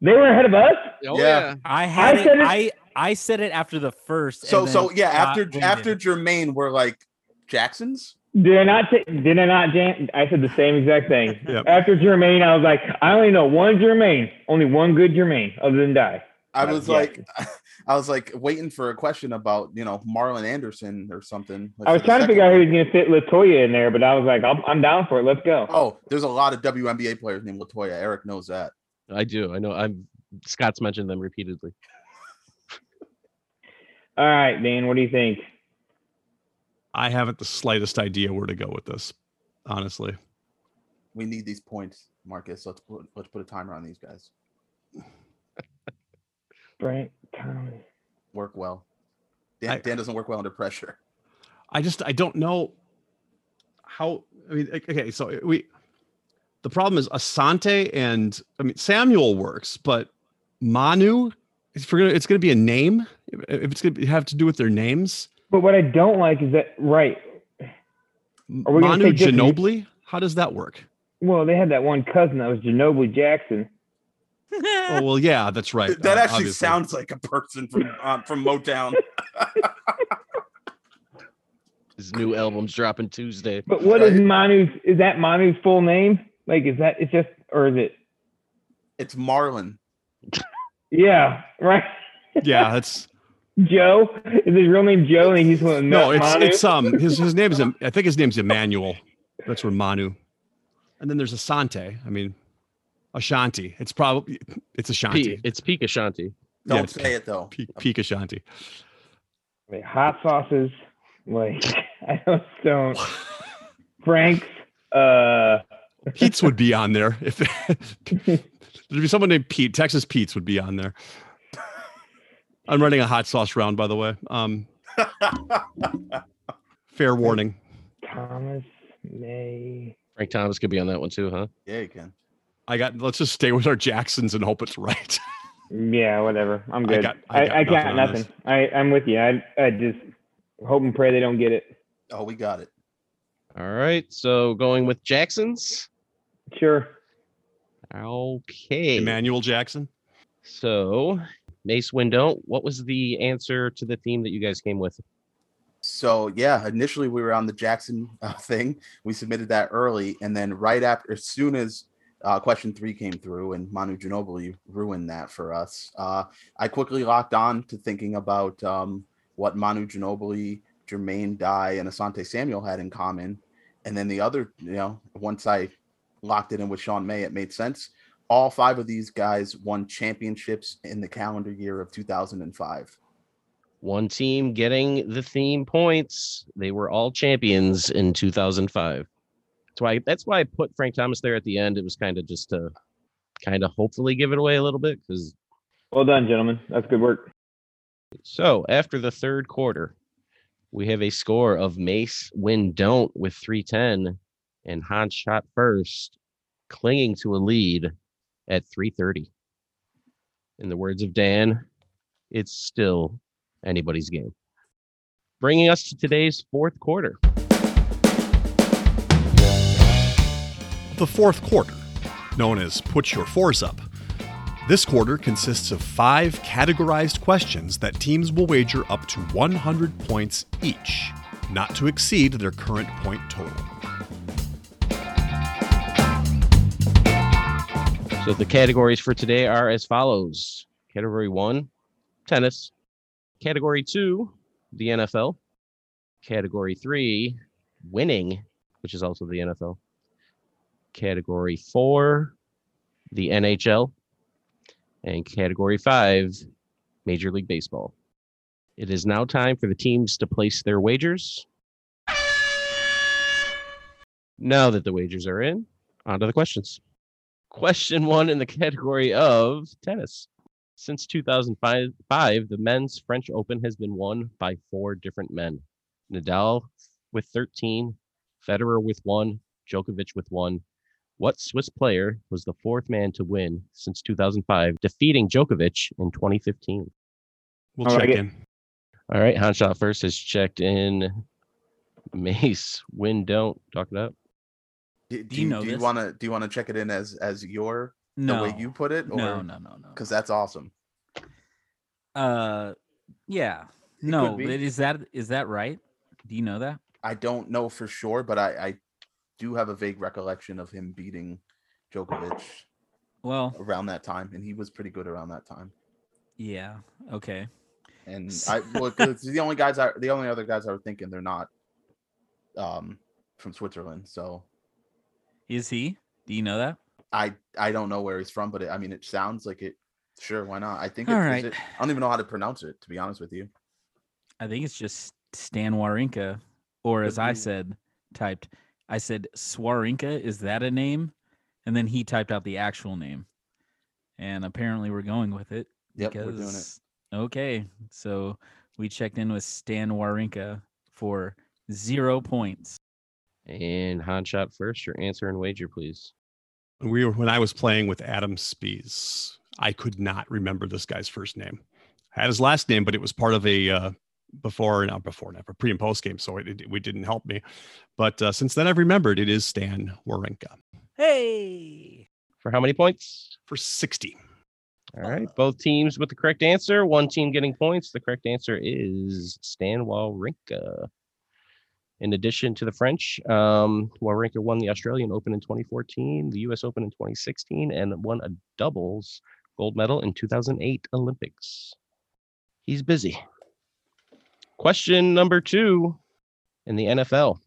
S3: they were ahead of us.
S2: Oh
S5: Yeah.
S6: I had
S3: I
S6: it,
S3: said it-
S6: I I said it after the first. and
S5: So
S6: then
S5: so yeah,
S6: Scott
S5: after
S6: winged
S5: after [laughs]
S6: it.
S5: Jermaine, we're like Jackson's.
S3: Did I not? T- did I not? Jan- I said the same exact thing.
S4: Yep.
S3: After Jermaine, I was like, I only know one Jermaine, only one good Jermaine, other than Die.
S5: I
S3: Uh,
S5: was
S3: yeah.
S5: like, [laughs] I was like waiting for a question about you know Marlon Anderson or something. like,
S3: I
S5: for
S3: was
S5: the
S3: trying to
S5: second
S3: figure out
S5: one.
S3: who's gonna fit Latoya in there, but I was like, I'm, I'm down for it. Let's go.
S5: Oh, there's a lot of WNBA players named Latoya. Eric knows that.
S2: I do. I know. I'm. Scott's mentioned them repeatedly.
S3: All right, Dan, what do you think?
S4: I haven't the slightest idea where to go with this, honestly.
S5: We need these points, Marcus. Let's put, let's put a timer on these guys.
S3: Brent Thomas.
S5: Work well. Dan,
S4: I-
S5: Dan doesn't work well
S4: [laughs]
S5: under pressure.
S4: I just I don't know how. I mean, o- okay, so we. The problem is Asante and I mean Samuel works, but Manu, if we're gonna, it's going to be a name. If if it's going to have to do with their names,
S3: But what I don't like is that right. Are we gonna
S4: Manu
S3: say just-
S4: Ginobili. How does that work?
S3: Well, they had that one cousin that was Ginobili Jackson.
S4: Oh well, yeah, that's right.
S5: [laughs] that
S4: uh,
S5: actually
S4: obviously.
S5: sounds like a person from um,
S4: [laughs]
S5: from Motown.
S2: His new album's dropping Tuesday.
S3: But what is
S5: Right.
S3: Manu's? Is that Manu's full name? Like, is that it's just or is it?
S5: It's Marlon.
S3: Yeah, [laughs] right.
S4: Yeah,
S5: [laughs]
S4: that's
S3: Joe is his real name Joe, and he's one.
S4: no. It's it's um his his name is Em- I think his name's Emmanuel. That's where Manu. And then there's Asante. I mean, Ashanti. It's probably it's Ashanti.
S2: P- it's Peak Ashanti.
S4: Yeah,
S5: Don't
S4: it's
S5: say it though.
S4: Peak, peak Ashanti.
S3: Like, hot sauces. Like [laughs] I just
S4: [laughs]
S3: don't. Frank's. Uh,
S4: Pete's would be on there if [laughs] there'd be someone named Pete. Texas Pete's would be on there. I'm running a hot sauce round, by the way. Um, fair warning.
S3: Thomas May.
S2: Frank Thomas could be on that one too, huh?
S5: Yeah, you can.
S4: I got. Let's just stay with our Jacksons and hope it's right.
S3: Yeah, whatever. I'm
S4: I
S3: good.
S4: got- I
S3: I,
S4: got
S3: I got,
S4: nothing on
S3: nothing.
S4: this.
S3: I, I'm with you. I, I just hope and pray they don't get it.
S5: Oh, we got it.
S2: All right. So going with Jackson's.
S3: Sure.
S2: Okay.
S4: Emmanuel Jackson.
S2: So Mace Window, what was the answer to the theme that you guys came with?
S5: So yeah, initially we were on the Jackson [laughs] uh, thing. We submitted that early, and then right after, as soon as uh, question three came through, and Manu Ginobili ruined that for us. Uh, I quickly locked on to thinking about um, what Manu Ginobili, Jermaine Dye, and Asante Samuel had in common, and then the other, you know, once I locked it in with Sean May, it made sense. All five of these guys won championships in the calendar year of 2005.
S2: One team getting the theme points. They were all champions in 2005. That's why. That's why I put Frank Thomas there at the end. It was kind of just to kind of hopefully give it away a little bit because
S3: Well done, gentlemen. That's good work.
S2: So after the third quarter, we have a score of Mace win don't with 310 and Hans shot first, clinging to a lead at 330. In the words of Dan, it's still anybody's game. Bringing us to today's fourth quarter.
S8: The fourth quarter, known as Put Your Fours Up. This quarter consists of five categorized questions that teams will wager up to 100 points each, not to exceed their current point total.
S2: So the categories for today are as follows Category one, tennis. Category two, the NFL. Category three, winning, which is also the NFL. Category four, the NHL. And category five, Major League Baseball. It is now time for the teams to place their wagers. Now that the wagers are in, on to the questions. Question one in the category of tennis. Since 2005, the men's French Open has been won by four different men Nadal with 13, Federer with one, Djokovic with one. What Swiss player was the fourth man to win since 2005, defeating Djokovic in 2015?
S4: We'll
S3: All right,
S4: check
S3: I get-
S4: in.
S2: All right, Hanshot first has checked in. Mace, win, don't talk it up.
S5: Do, do
S6: Do you
S5: you,
S6: know
S5: do you
S6: this?
S5: want to do you want to check it in as as your
S6: No,
S5: the way you put it or
S6: no, no, no, no.
S5: cuz that's awesome.
S6: Uh, yeah, no.
S5: be.
S6: but Is that is that right? Do you know that?
S5: I don't know for sure, but I I do have a vague recollection of him beating Djokovic
S6: Well,
S5: around that time and he was pretty good around that time.
S6: yeah. Okay.
S5: And
S6: S- [laughs]
S5: I well, 'cause it's the only guys I the only other guys I were thinking they're not um from Switzerland, so
S6: Is he? Do you know that?
S5: I I don't know where he's from, but it, I mean it sounds like it. Sure, why not? I think it,
S6: All
S5: is
S6: right.
S5: it- I don't even know how to pronounce it to be honest with you.
S6: I think it's just Stan Wawrinka, or as I
S5: Could be.
S6: said, typed. I said Swarinka. Is that a name? And then he typed out the actual name, and apparently we're going with it.
S5: Yep, we're doing it.
S6: because- Okay, so we checked in with Stan Wawrinka for zero points.
S2: And Hanshot first, your answer and wager, please.
S4: we were when I was playing with Adam Spees, I could not remember this guy's first name. I had his last name, but it was part of a uh, before not before never pre and post game, so it, it, it didn't help me. But uh, since then, I've remembered it is Stan Wawrinka
S6: Hey,
S2: For how many points?
S4: for sixty.
S2: All right, both teams with the correct answer. One team getting points. The correct answer is Stan Wawrinka. In addition to the French, um, Wawrinka won the Australian Open in 2014, the U.S. Open in 2016, and won a doubles gold medal in 2008 Olympics. He's busy. Question number two in the NFL.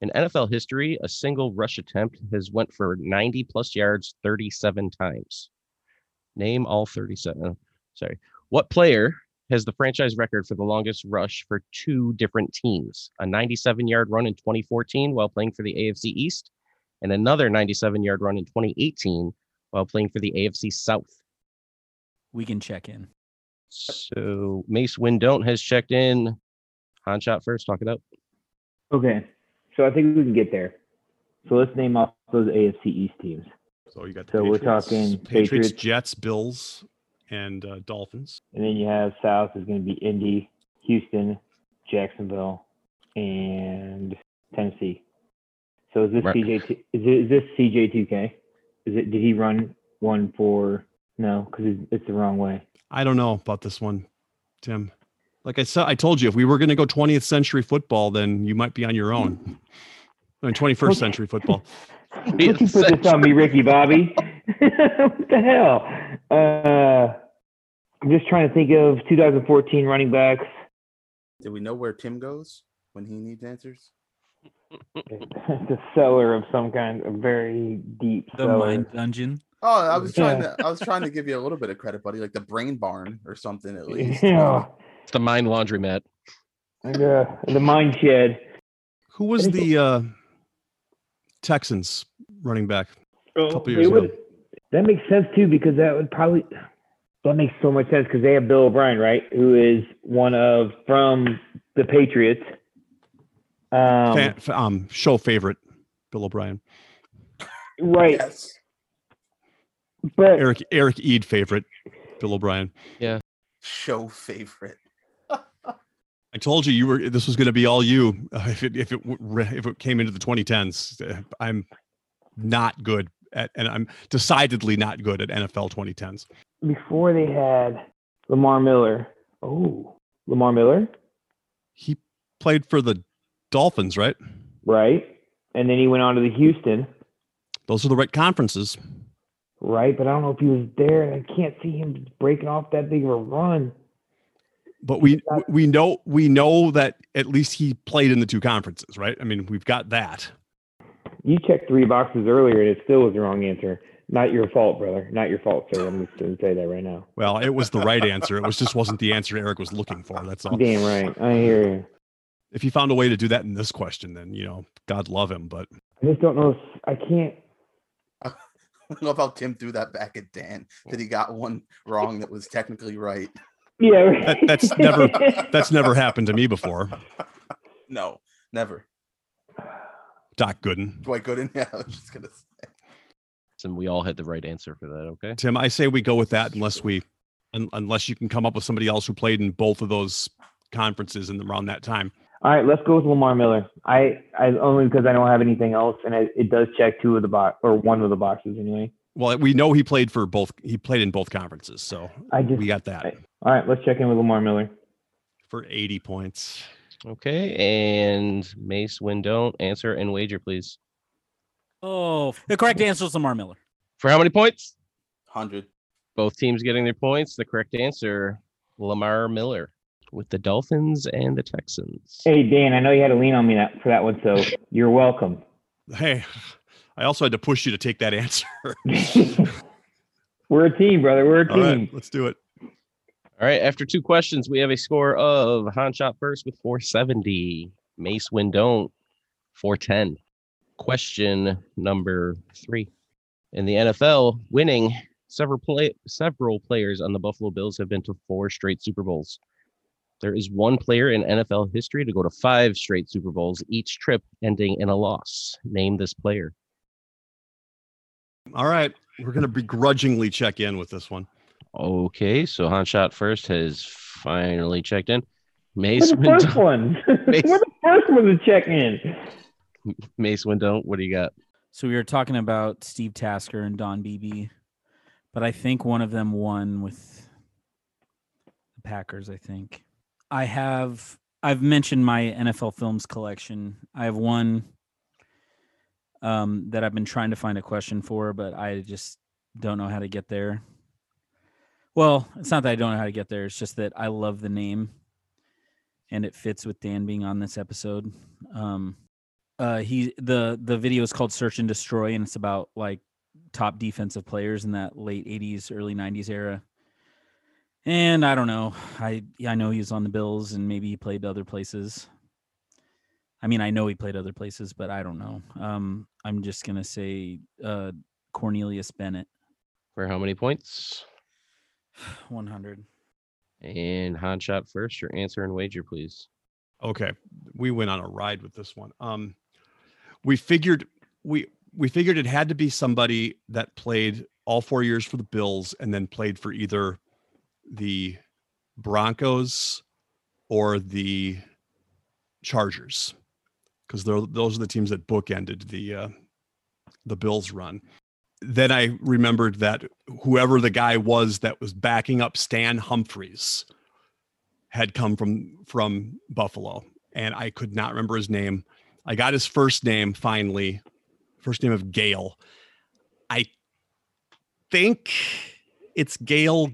S2: In NFL history, a single rush attempt has went for 90 plus yards 37 times. Name all 37. oh, Sorry. What player has the franchise record for the longest rush for two different teams? A 97 yard run in 2014 while playing for the AFC East, and another 97 yard run in 2018 while playing for the AFC South.
S6: we can check in.
S2: So Mace Windont has checked in. Han shot first, talk it up.
S3: Okay. So I think we can get there. So let's name off those AFC East teams.
S4: So you got the
S3: So we're
S4: Patriots-
S3: talking
S4: Patriots,
S3: Patriots.
S4: Jets, Bills, and uh, Dolphins.
S3: And then you have South is going to be Indy, Houston, Jacksonville, and Tennessee. So is this
S2: Right.
S3: CJ? T- is, it, is this CJ 2K? Is it? Did he run one for? No, because it's the wrong way.
S4: I don't know about this one, Tim. Like I said, I told you if we were going to go 20th century football, then you might be on
S3: [laughs]
S4: your own. I mean, 21st
S3: Okay.
S4: century football.
S3: Don't you put this on me, Ricky Bobby. [laughs] what the hell? Uh, I'm just trying to think of 2014 running backs.
S5: Did we know where Tim goes when he needs answers?
S3: [laughs] it's a cellar of some kind, a very deep
S6: The
S3: cellar. [laughs]
S6: mind dungeon.
S5: Oh, I was trying
S3: Yeah.
S5: to I was trying to give you a little bit of credit, buddy, like the brain barn or something at least.
S3: yeah,
S2: It's the mind laundromat.
S3: the, the mine shed.
S4: Who was the uh, Texans running back?
S3: Oh,
S4: Couple
S3: they
S4: years ago.
S3: would- That makes sense too, because that would probably that makes so much sense because they have Bill O'Brien, right, who is one of from the Patriots. Um,
S4: Fan, f- um, show favorite, Bill O'Brien.
S3: [laughs] right,
S5: Yes.
S3: but
S4: Eric Eric Eid favorite, Bill O'Brien.
S5: Show favorite. [laughs]
S4: I told you you were this was going to be all you [laughs] uh, if it if it w- re- if it came into the 2010s. Uh, I'm not good at and I'm decidedly not good at NFL 2010s.
S3: before they had Lamar Miller. Oh, Lamar Miller,
S4: He played for the Dolphins, right?
S3: right? And then he went on to the Houston,
S4: Those are the right conferences.
S3: right? But I don't know if he was there, and I can't see him breaking off that big of a run.
S4: But we we know we know that at least he played in the two conferences, right? I mean, we've got that.
S3: You checked three boxes earlier, and it still was the wrong answer. Not your fault, brother. Not your fault, sir. I'm just going to say that right now.
S4: Well, it was the right answer. It was just wasn't the answer Eric was looking for. That's all.
S3: Damn right. I hear you.
S4: If he found a way to do that in this question, then you know, God love him. But
S3: I just don't know. If, I can't.
S5: I love how Tim threw that back at Dan that he got one wrong that was technically right. [laughs]
S3: Yeah.
S4: That- that's never- that's never happened to me before.
S5: No, never.
S4: Doc Gooden,
S5: Dwight Gooden. Yeah, I was [laughs] just gonna. Say.
S2: And we all had the right answer for that. Okay.
S4: Tim, I say we go with that unless we, un- unless you can come up with somebody else who played in both of those conferences in around that time.
S3: [laughs] All right, let's go with Lamar Miller. I, I only because I don't have anything else, and it, it does check two of the box or one of the boxes anyway.
S4: Well, we know he played for both. He played in both conferences, so
S3: I just
S4: we got that
S3: all right. Let's check in with Lamar Miller.
S4: for eighty points.
S2: Okay. And Mace Windon, answer and wager, please.
S6: Oh,
S5: [laughs]
S6: the correct answer is Lamar Miller.
S2: For how many points?
S5: Hundred.
S2: Both teams getting their points. The correct answer, Lamar Miller with the Dolphins and the Texans.
S3: Hey Dan, I know you had to lean on me that, for that one, so you're welcome.
S4: Hey, I also had to push you to take that answer. [laughs]
S3: [laughs] We're a team, brother. We're a
S4: All right,
S3: team.
S4: let's do it.
S2: All right. After two questions, we have a score of Hanshot first with 470, Mace Windon 410. Question number three. In the NFL, winning several play several players on the Buffalo Bills have been to four straight Super Bowls. There is one player in NFL history to go to five straight Super Bowls, each trip ending in a loss. Name this player.
S4: All right, we're gonna begrudgingly check in with this one.
S2: Okay, so Hanshot first has finally checked in.
S3: We're
S2: Mace
S3: the first
S2: Windon,
S4: [laughs]
S3: ones. [laughs] We're
S2: Mason.
S3: the first ones to check in.
S2: [laughs] Mace Windon, what do you got?
S6: So we were talking about Steve Tasker and Don Beebe, but I think one of them won with the Packers. I think I have. I've mentioned my NFL films collection. I have one um, that I've been trying to find a question for, but I just don't know how to get there. Well, it's not that I don't know how to get there. It's just that I love the name, and it fits with Dan being on this episode. Um, uh he the the video is called search and destroy and it's about like top defensive players in that late 80s early 90s era and i don't know i yeah, i know he was on the bills and maybe he played other places i mean i know he played other places but i don't know um i'm just gonna say uh cornelius bennett
S2: For how many points?
S6: 100
S2: And Han shot first, your answer and wager, please.
S4: Okay, we went on a ride with this one. Um, we figured we we figured it had to be somebody that played all four years for the Bills and then played for either the Broncos or the Chargers, because those are the teams that bookended the uh, the Bills run. Then I remembered that whoever the guy was that was backing up Stan Humphreys had come from from Buffalo, and I could not remember his name. I got his first name finally, first name of Gale. I think it's Gale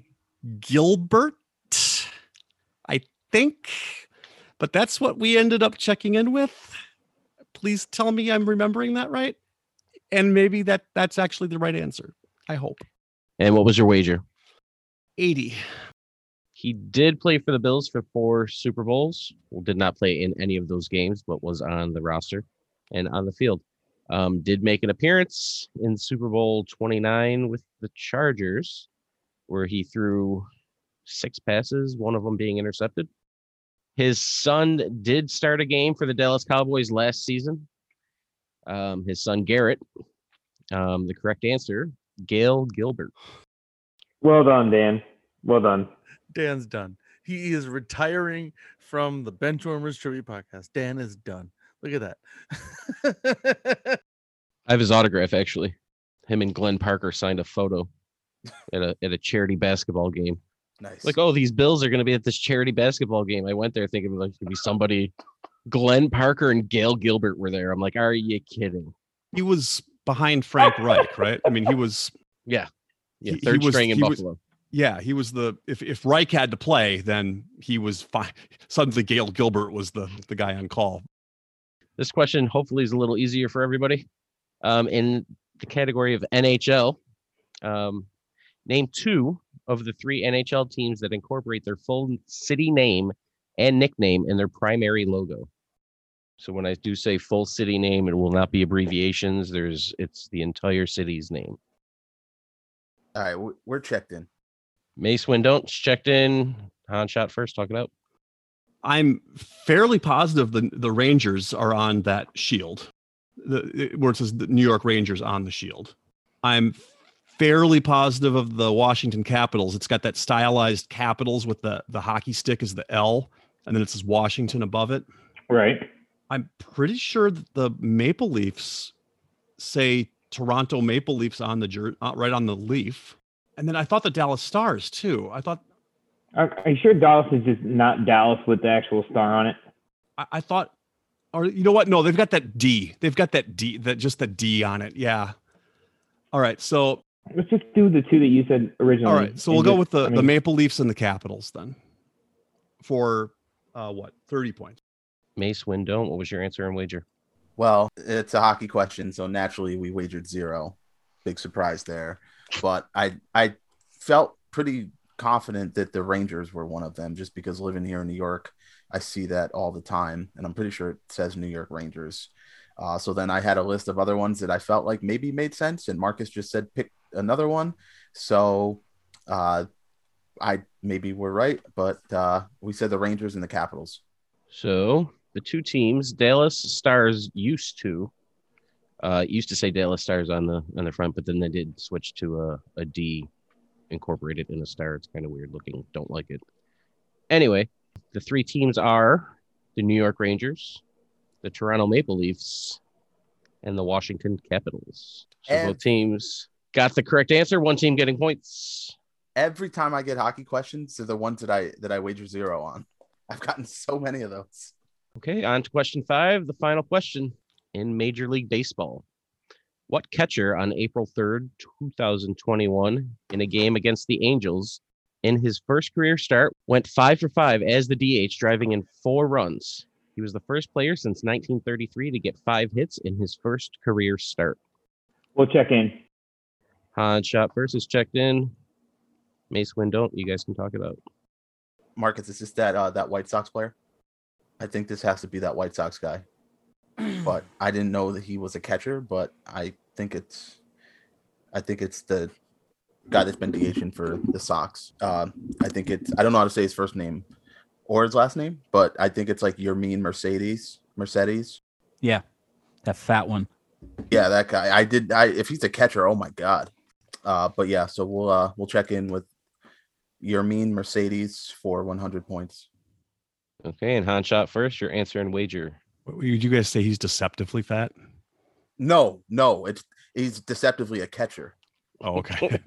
S4: Gilbert. I think, but that's what we ended up checking in with. Please tell me I'm remembering that right, and maybe that that's actually the right answer. I hope
S2: And what was your wager?
S4: eighty.
S2: He did play for the Bills for four Super Bowls. Well, did not play in any of those games, but was on the roster and on the field. Um, did make an appearance in Super Bowl 29 with the Chargers, where he threw six passes, one of them being intercepted. His son did start a game for the Dallas Cowboys last season. Um, his son Garrett. Um, the correct answer, Gail Gilbert.
S3: Well done, Dan. Well done.
S1: Dan's done. He is retiring from the Benchwarmers Trivia Podcast. Dan is done. Look at that. [laughs]
S2: I have his autograph actually. Him and Glenn Parker signed a photo at a at a charity basketball game.
S5: Nice.
S2: Like, oh, these Bills are going to be at this charity basketball game. I went there thinking like to be somebody. Glenn Parker and Gail Gilbert were there. I'm like, are you kidding?
S4: He was behind Frank Reich, right? I mean, he was
S2: Yeah,
S4: He- he
S2: third
S4: was-
S2: string in
S4: he was-
S2: Buffalo.
S4: Yeah, he was the if if Reich had to play, then he was fine. [laughs] Suddenly, Gail Gilbert was the the guy on call.
S2: This question hopefully is a little easier for everybody. Um, in the category of NHL, um, name two of the three NHL teams that incorporate their full city name and nickname in their primary logo. So when I do say full city name, it will not be abbreviations. There's it's the entire city's name.
S5: All right, we- we're checked in.
S2: Mace Windon'ts checked in. Han shot first. Talk it out.
S4: I'm fairly positive the the Rangers are on that shield, the, where it says the New York Rangers on the shield. I'm fairly positive of the Washington Capitals. It's got that stylized Capitals with the the hockey stick is the L, and then it says Washington above it.
S3: Right.
S4: I'm pretty sure that the Maple Leafs say Toronto Maple Leafs on the jer- uh, right on the leaf, and then I thought the Dallas Stars too. I thought
S3: Are, are you sure Dallas is just not Dallas with the actual star on it?
S4: I, I thought, or you know what? No, they've got that D. They've got that D. That just the D on it. Yeah. All right. So
S3: Let's just do the two that you said originally.
S4: all right. So we'll
S3: and
S4: go
S3: just-
S4: with the
S3: I
S4: the
S3: mean,
S4: Maple Leafs and the Capitals then, for uh, what thirty points.
S2: Mace Windon, what was your answer and wager?
S5: Well, it's a hockey question, so naturally we wagered zero. Big surprise there, but I I felt pretty confident that the Rangers were one of them, just because living here in New York, I see that all the time, and I'm pretty sure it says New York Rangers. Uh, so then I had a list of other ones that I felt like maybe made sense, and Marcus just said pick another one. So uh, I maybe we're right, but uh, we said the Rangers and the Capitals.
S2: So the two teams, Dallas Stars used to, uh, used to say Dallas Stars on the on the front, but then they did switch to a, a D, incorporated in a star. It's kind of weird looking. Don't like it. Anyway, the three teams are the New York Rangers, the Toronto Maple Leafs, and the Washington Capitals. So
S5: And-
S2: both teams got the correct answer. One team getting points.
S5: every time I get hockey questions, they're the ones that I that I wager zero on. I've gotten so many of those.
S2: Okay, on to question five, the final question in Major League Baseball. What catcher on April 3rd, 2021, in a game against the Angels, in his first career start, went five for five as the DH, driving in four runs? He was the first player since 1933 to get five hits in his first career start.
S3: We'll check in.
S2: Han shot first is checked in. Mace Windon, you guys can talk about.
S5: Marcus, it's just that uh, that White Sox player. I think this has to be that White Sox guy, but I didn't know that he was a catcher. But I think it's, I think it's the guy that's been DHing for the Sox. Um, I think it's I don't know how to say his first name or his last name, but I think it's like your mean Mercedes Mercedes.
S6: That fat one.
S5: Yeah, that guy. I did. I if he's a catcher, oh my god. Uh, but yeah, so we'll uh, we'll check in with your mean Mercedes for 100 points.
S2: Okay, and Han shot first, your answer and wager.
S4: Would you guys say he's deceptively fat?
S5: No, no, it's he's deceptively a catcher.
S4: Oh, okay.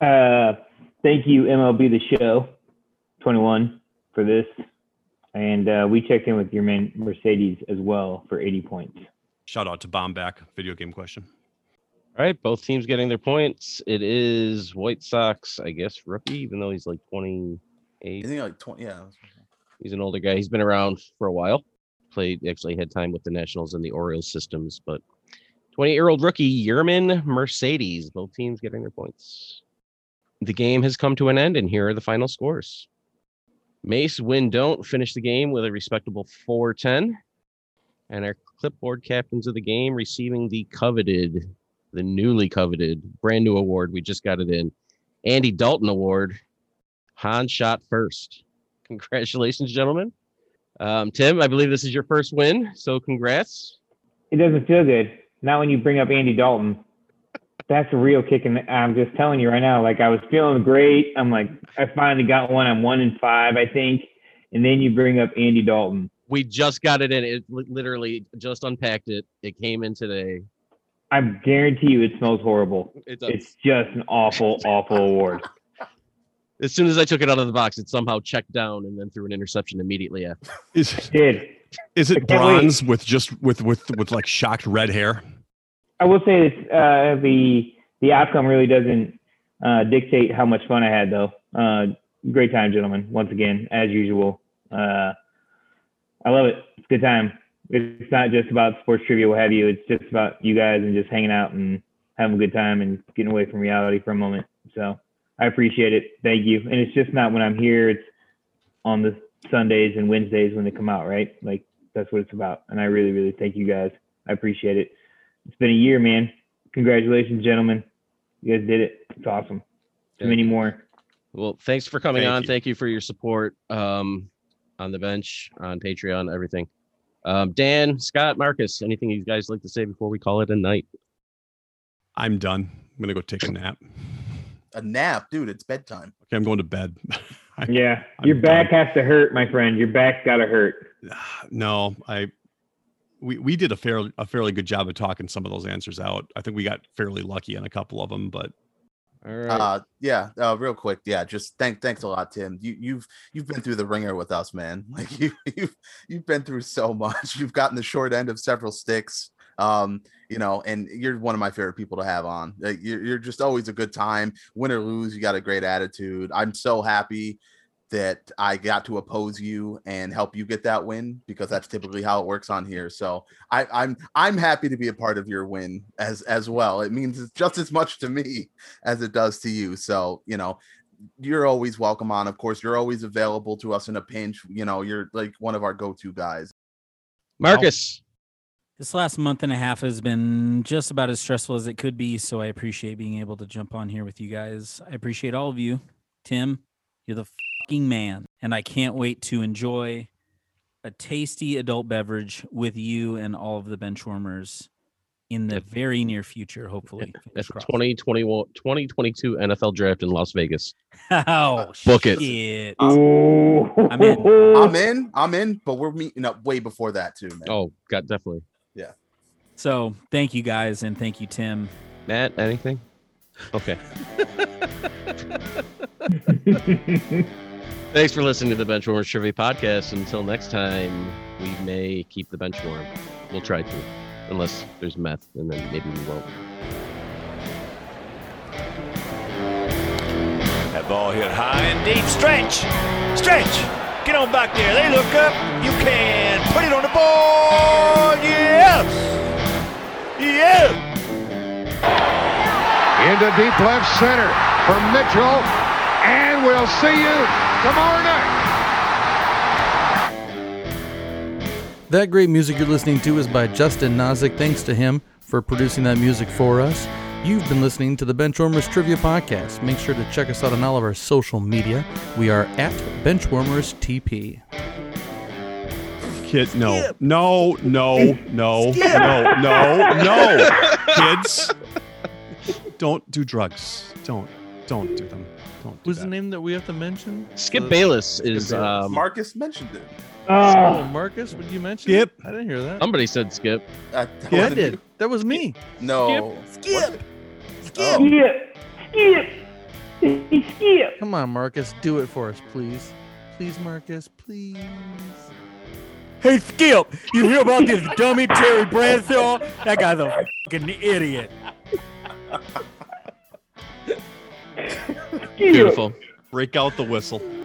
S3: Uh, thank you, MLB The Show 21, for this. And uh, we checked in with your man Mercedes as well for 80 points.
S4: [laughs] Shout out to Bombback video game question.
S2: All right, both teams getting their points. It is White Sox, I guess, rookie, even though he's like 28.
S5: Isn't he like 20? Yeah,
S2: He's an older guy. He's been around for a while. Played, actually had time with the Nationals and the Orioles systems, but 28 year old rookie, Yerman Mercedes. Both teams getting their points. The game has come to an end, and here are the final scores. Mace win don't finish the game with a respectable 410. And our clipboard captains of the game receiving the coveted, the newly coveted, brand new award. We just got it in. Andy Dalton Award. Han shot first congratulations, gentlemen. Um, Tim, I believe this is your first win, so congrats.
S3: It doesn't feel good. Not when you bring up Andy Dalton. That's a real kick. And I'm just telling you right now, like I was feeling great. I'm like, I finally got one. I'm one in five, I think. And then you bring up Andy Dalton.
S2: We just got it in. It li- literally just unpacked it. It came in today.
S3: I guarantee you it smells horrible.
S2: It does.
S3: It's just an awful, awful award.
S2: as soon as I took it out of the box, it somehow checked down and then threw an interception immediately after.
S4: Is
S3: Dude,
S4: is
S3: I
S4: it
S3: can't wait.
S4: bronze with just with with with like shocked red hair?
S3: I will say this: uh, the the outcome really doesn't uh, dictate how much fun I had, though. Uh, great time, gentlemen. Once again, as usual, uh, I love it. It's a good time. It's not just about sports trivia, what have you. It's just about you guys and just hanging out and having a good time and getting away from reality for a moment. So I appreciate it. Thank you. And it's just not when I'm here. It's on the Sundays and Wednesdays when they come out, right? Like that's what it's about. And I really, really thank you guys. I appreciate it. It's been a year, man. Congratulations, gentlemen. You guys did it. It's awesome. Too
S2: Thank
S3: many more.
S2: Well, thanks for coming
S4: Thank
S2: on.
S4: you.
S2: Thank you for your support um, on the bench, on Patreon, everything. Um, Dan, Scott, Marcus, anything you guys like to say before we call it a night?
S4: I'm done. I'm gonna go take a nap.
S5: A nap, dude. It's bedtime.
S4: Okay, I'm going to bed. [sighs] I-
S3: Yeah.
S4: I'm
S3: Your back has to hurt, my friend. Your back's got to hurt.
S4: no, I we we did a fairly a fairly good job of talking some of those answers out. I think we got fairly lucky on a couple of them, but
S2: All right.
S5: Uh, yeah. Uh, real quick. Yeah. Just thank, thanks a lot, Tim. You, you've, you've been through the ringer with us, man. [laughs] Like you, you've, you've been through so much. You've gotten the short end of several sticks. Um, you know, and you're one of my favorite people to have on. Like, you're, you're just always a good time. Win or lose, you got a great attitude. I'm so happy that I got to oppose you and help you get that win because that's typically how it works on here. So I, I'm I'm happy to be a part of your win as as well. It means it's just as much to me as it does to you. So, you know, you're always welcome on. Of course, you're always available to us in a pinch. You know, you're like one of our go-to guys.
S2: Marcus,
S6: This last month and a half has been just about as stressful as it could be. So I appreciate being able to jump on here with you guys. I appreciate all of you. Tim, you're the fucking man. And I can't wait to enjoy a tasty adult beverage with you and all of the benchwarmers in the
S2: If-
S6: very near future,
S2: [laughs]
S6: hopefully.
S2: that's the
S6: Fingers crossed.
S2: 2021 2022 NFL draft in Las Vegas.
S6: [laughs] oh,
S2: Book it.
S6: shit.
S3: Oh,
S6: I'm
S3: [laughs]
S6: in.
S5: I'm in, I'm in, but we're meeting up way before that too, man.
S2: Oh, God, definitely.
S6: So thank you guys. And thank you, Tim.
S2: Matt, anything? Okay. Thanks for listening to the Benchwarmers Trivia Podcast. Until next time, we may keep the bench warm. We'll try to, unless there's meth, and then maybe we won't.
S9: That ball hit high and deep. Stretch. Stretch. Get on back there. They look up. You can put it on the board. Yes. Yes.
S10: into deep left center for Mitchell, and we'll see you tomorrow night.
S1: That great music you're listening to is by Justin Nozick. Thanks to him for producing that music for us. You've been listening to the Benchwarmers Trivia Podcast. Make sure to check us out on all of our social media. We are at Benchwarmers TP.
S4: kid, no, no, no, no, no, no, no, kids, don't do drugs. Don't, don't do them. Don't. Do
S1: Who's
S4: that.
S1: the name that we have to mention?
S2: Skip
S1: The-
S2: Bayless is.
S1: Uh, Bayless.
S2: Um,
S5: Marcus mentioned it.
S1: Oh,
S3: Oh,
S1: Marcus, would you mention?
S4: Skip.
S1: it? I didn't hear that.
S2: somebody said Skip.
S5: Uh, that
S1: I
S5: wasn't
S1: did.
S5: you.
S1: That was me.
S5: No. Skip. Oh,
S3: skip, skip, skip.
S1: Come on, Marcus, do it for us, please. Please, Marcus, please.
S9: Hey, Skip, you hear about this dummy Terry Bradshaw? That guy's a fucking idiot.
S3: skip.
S2: Beautiful.
S4: Break out the whistle.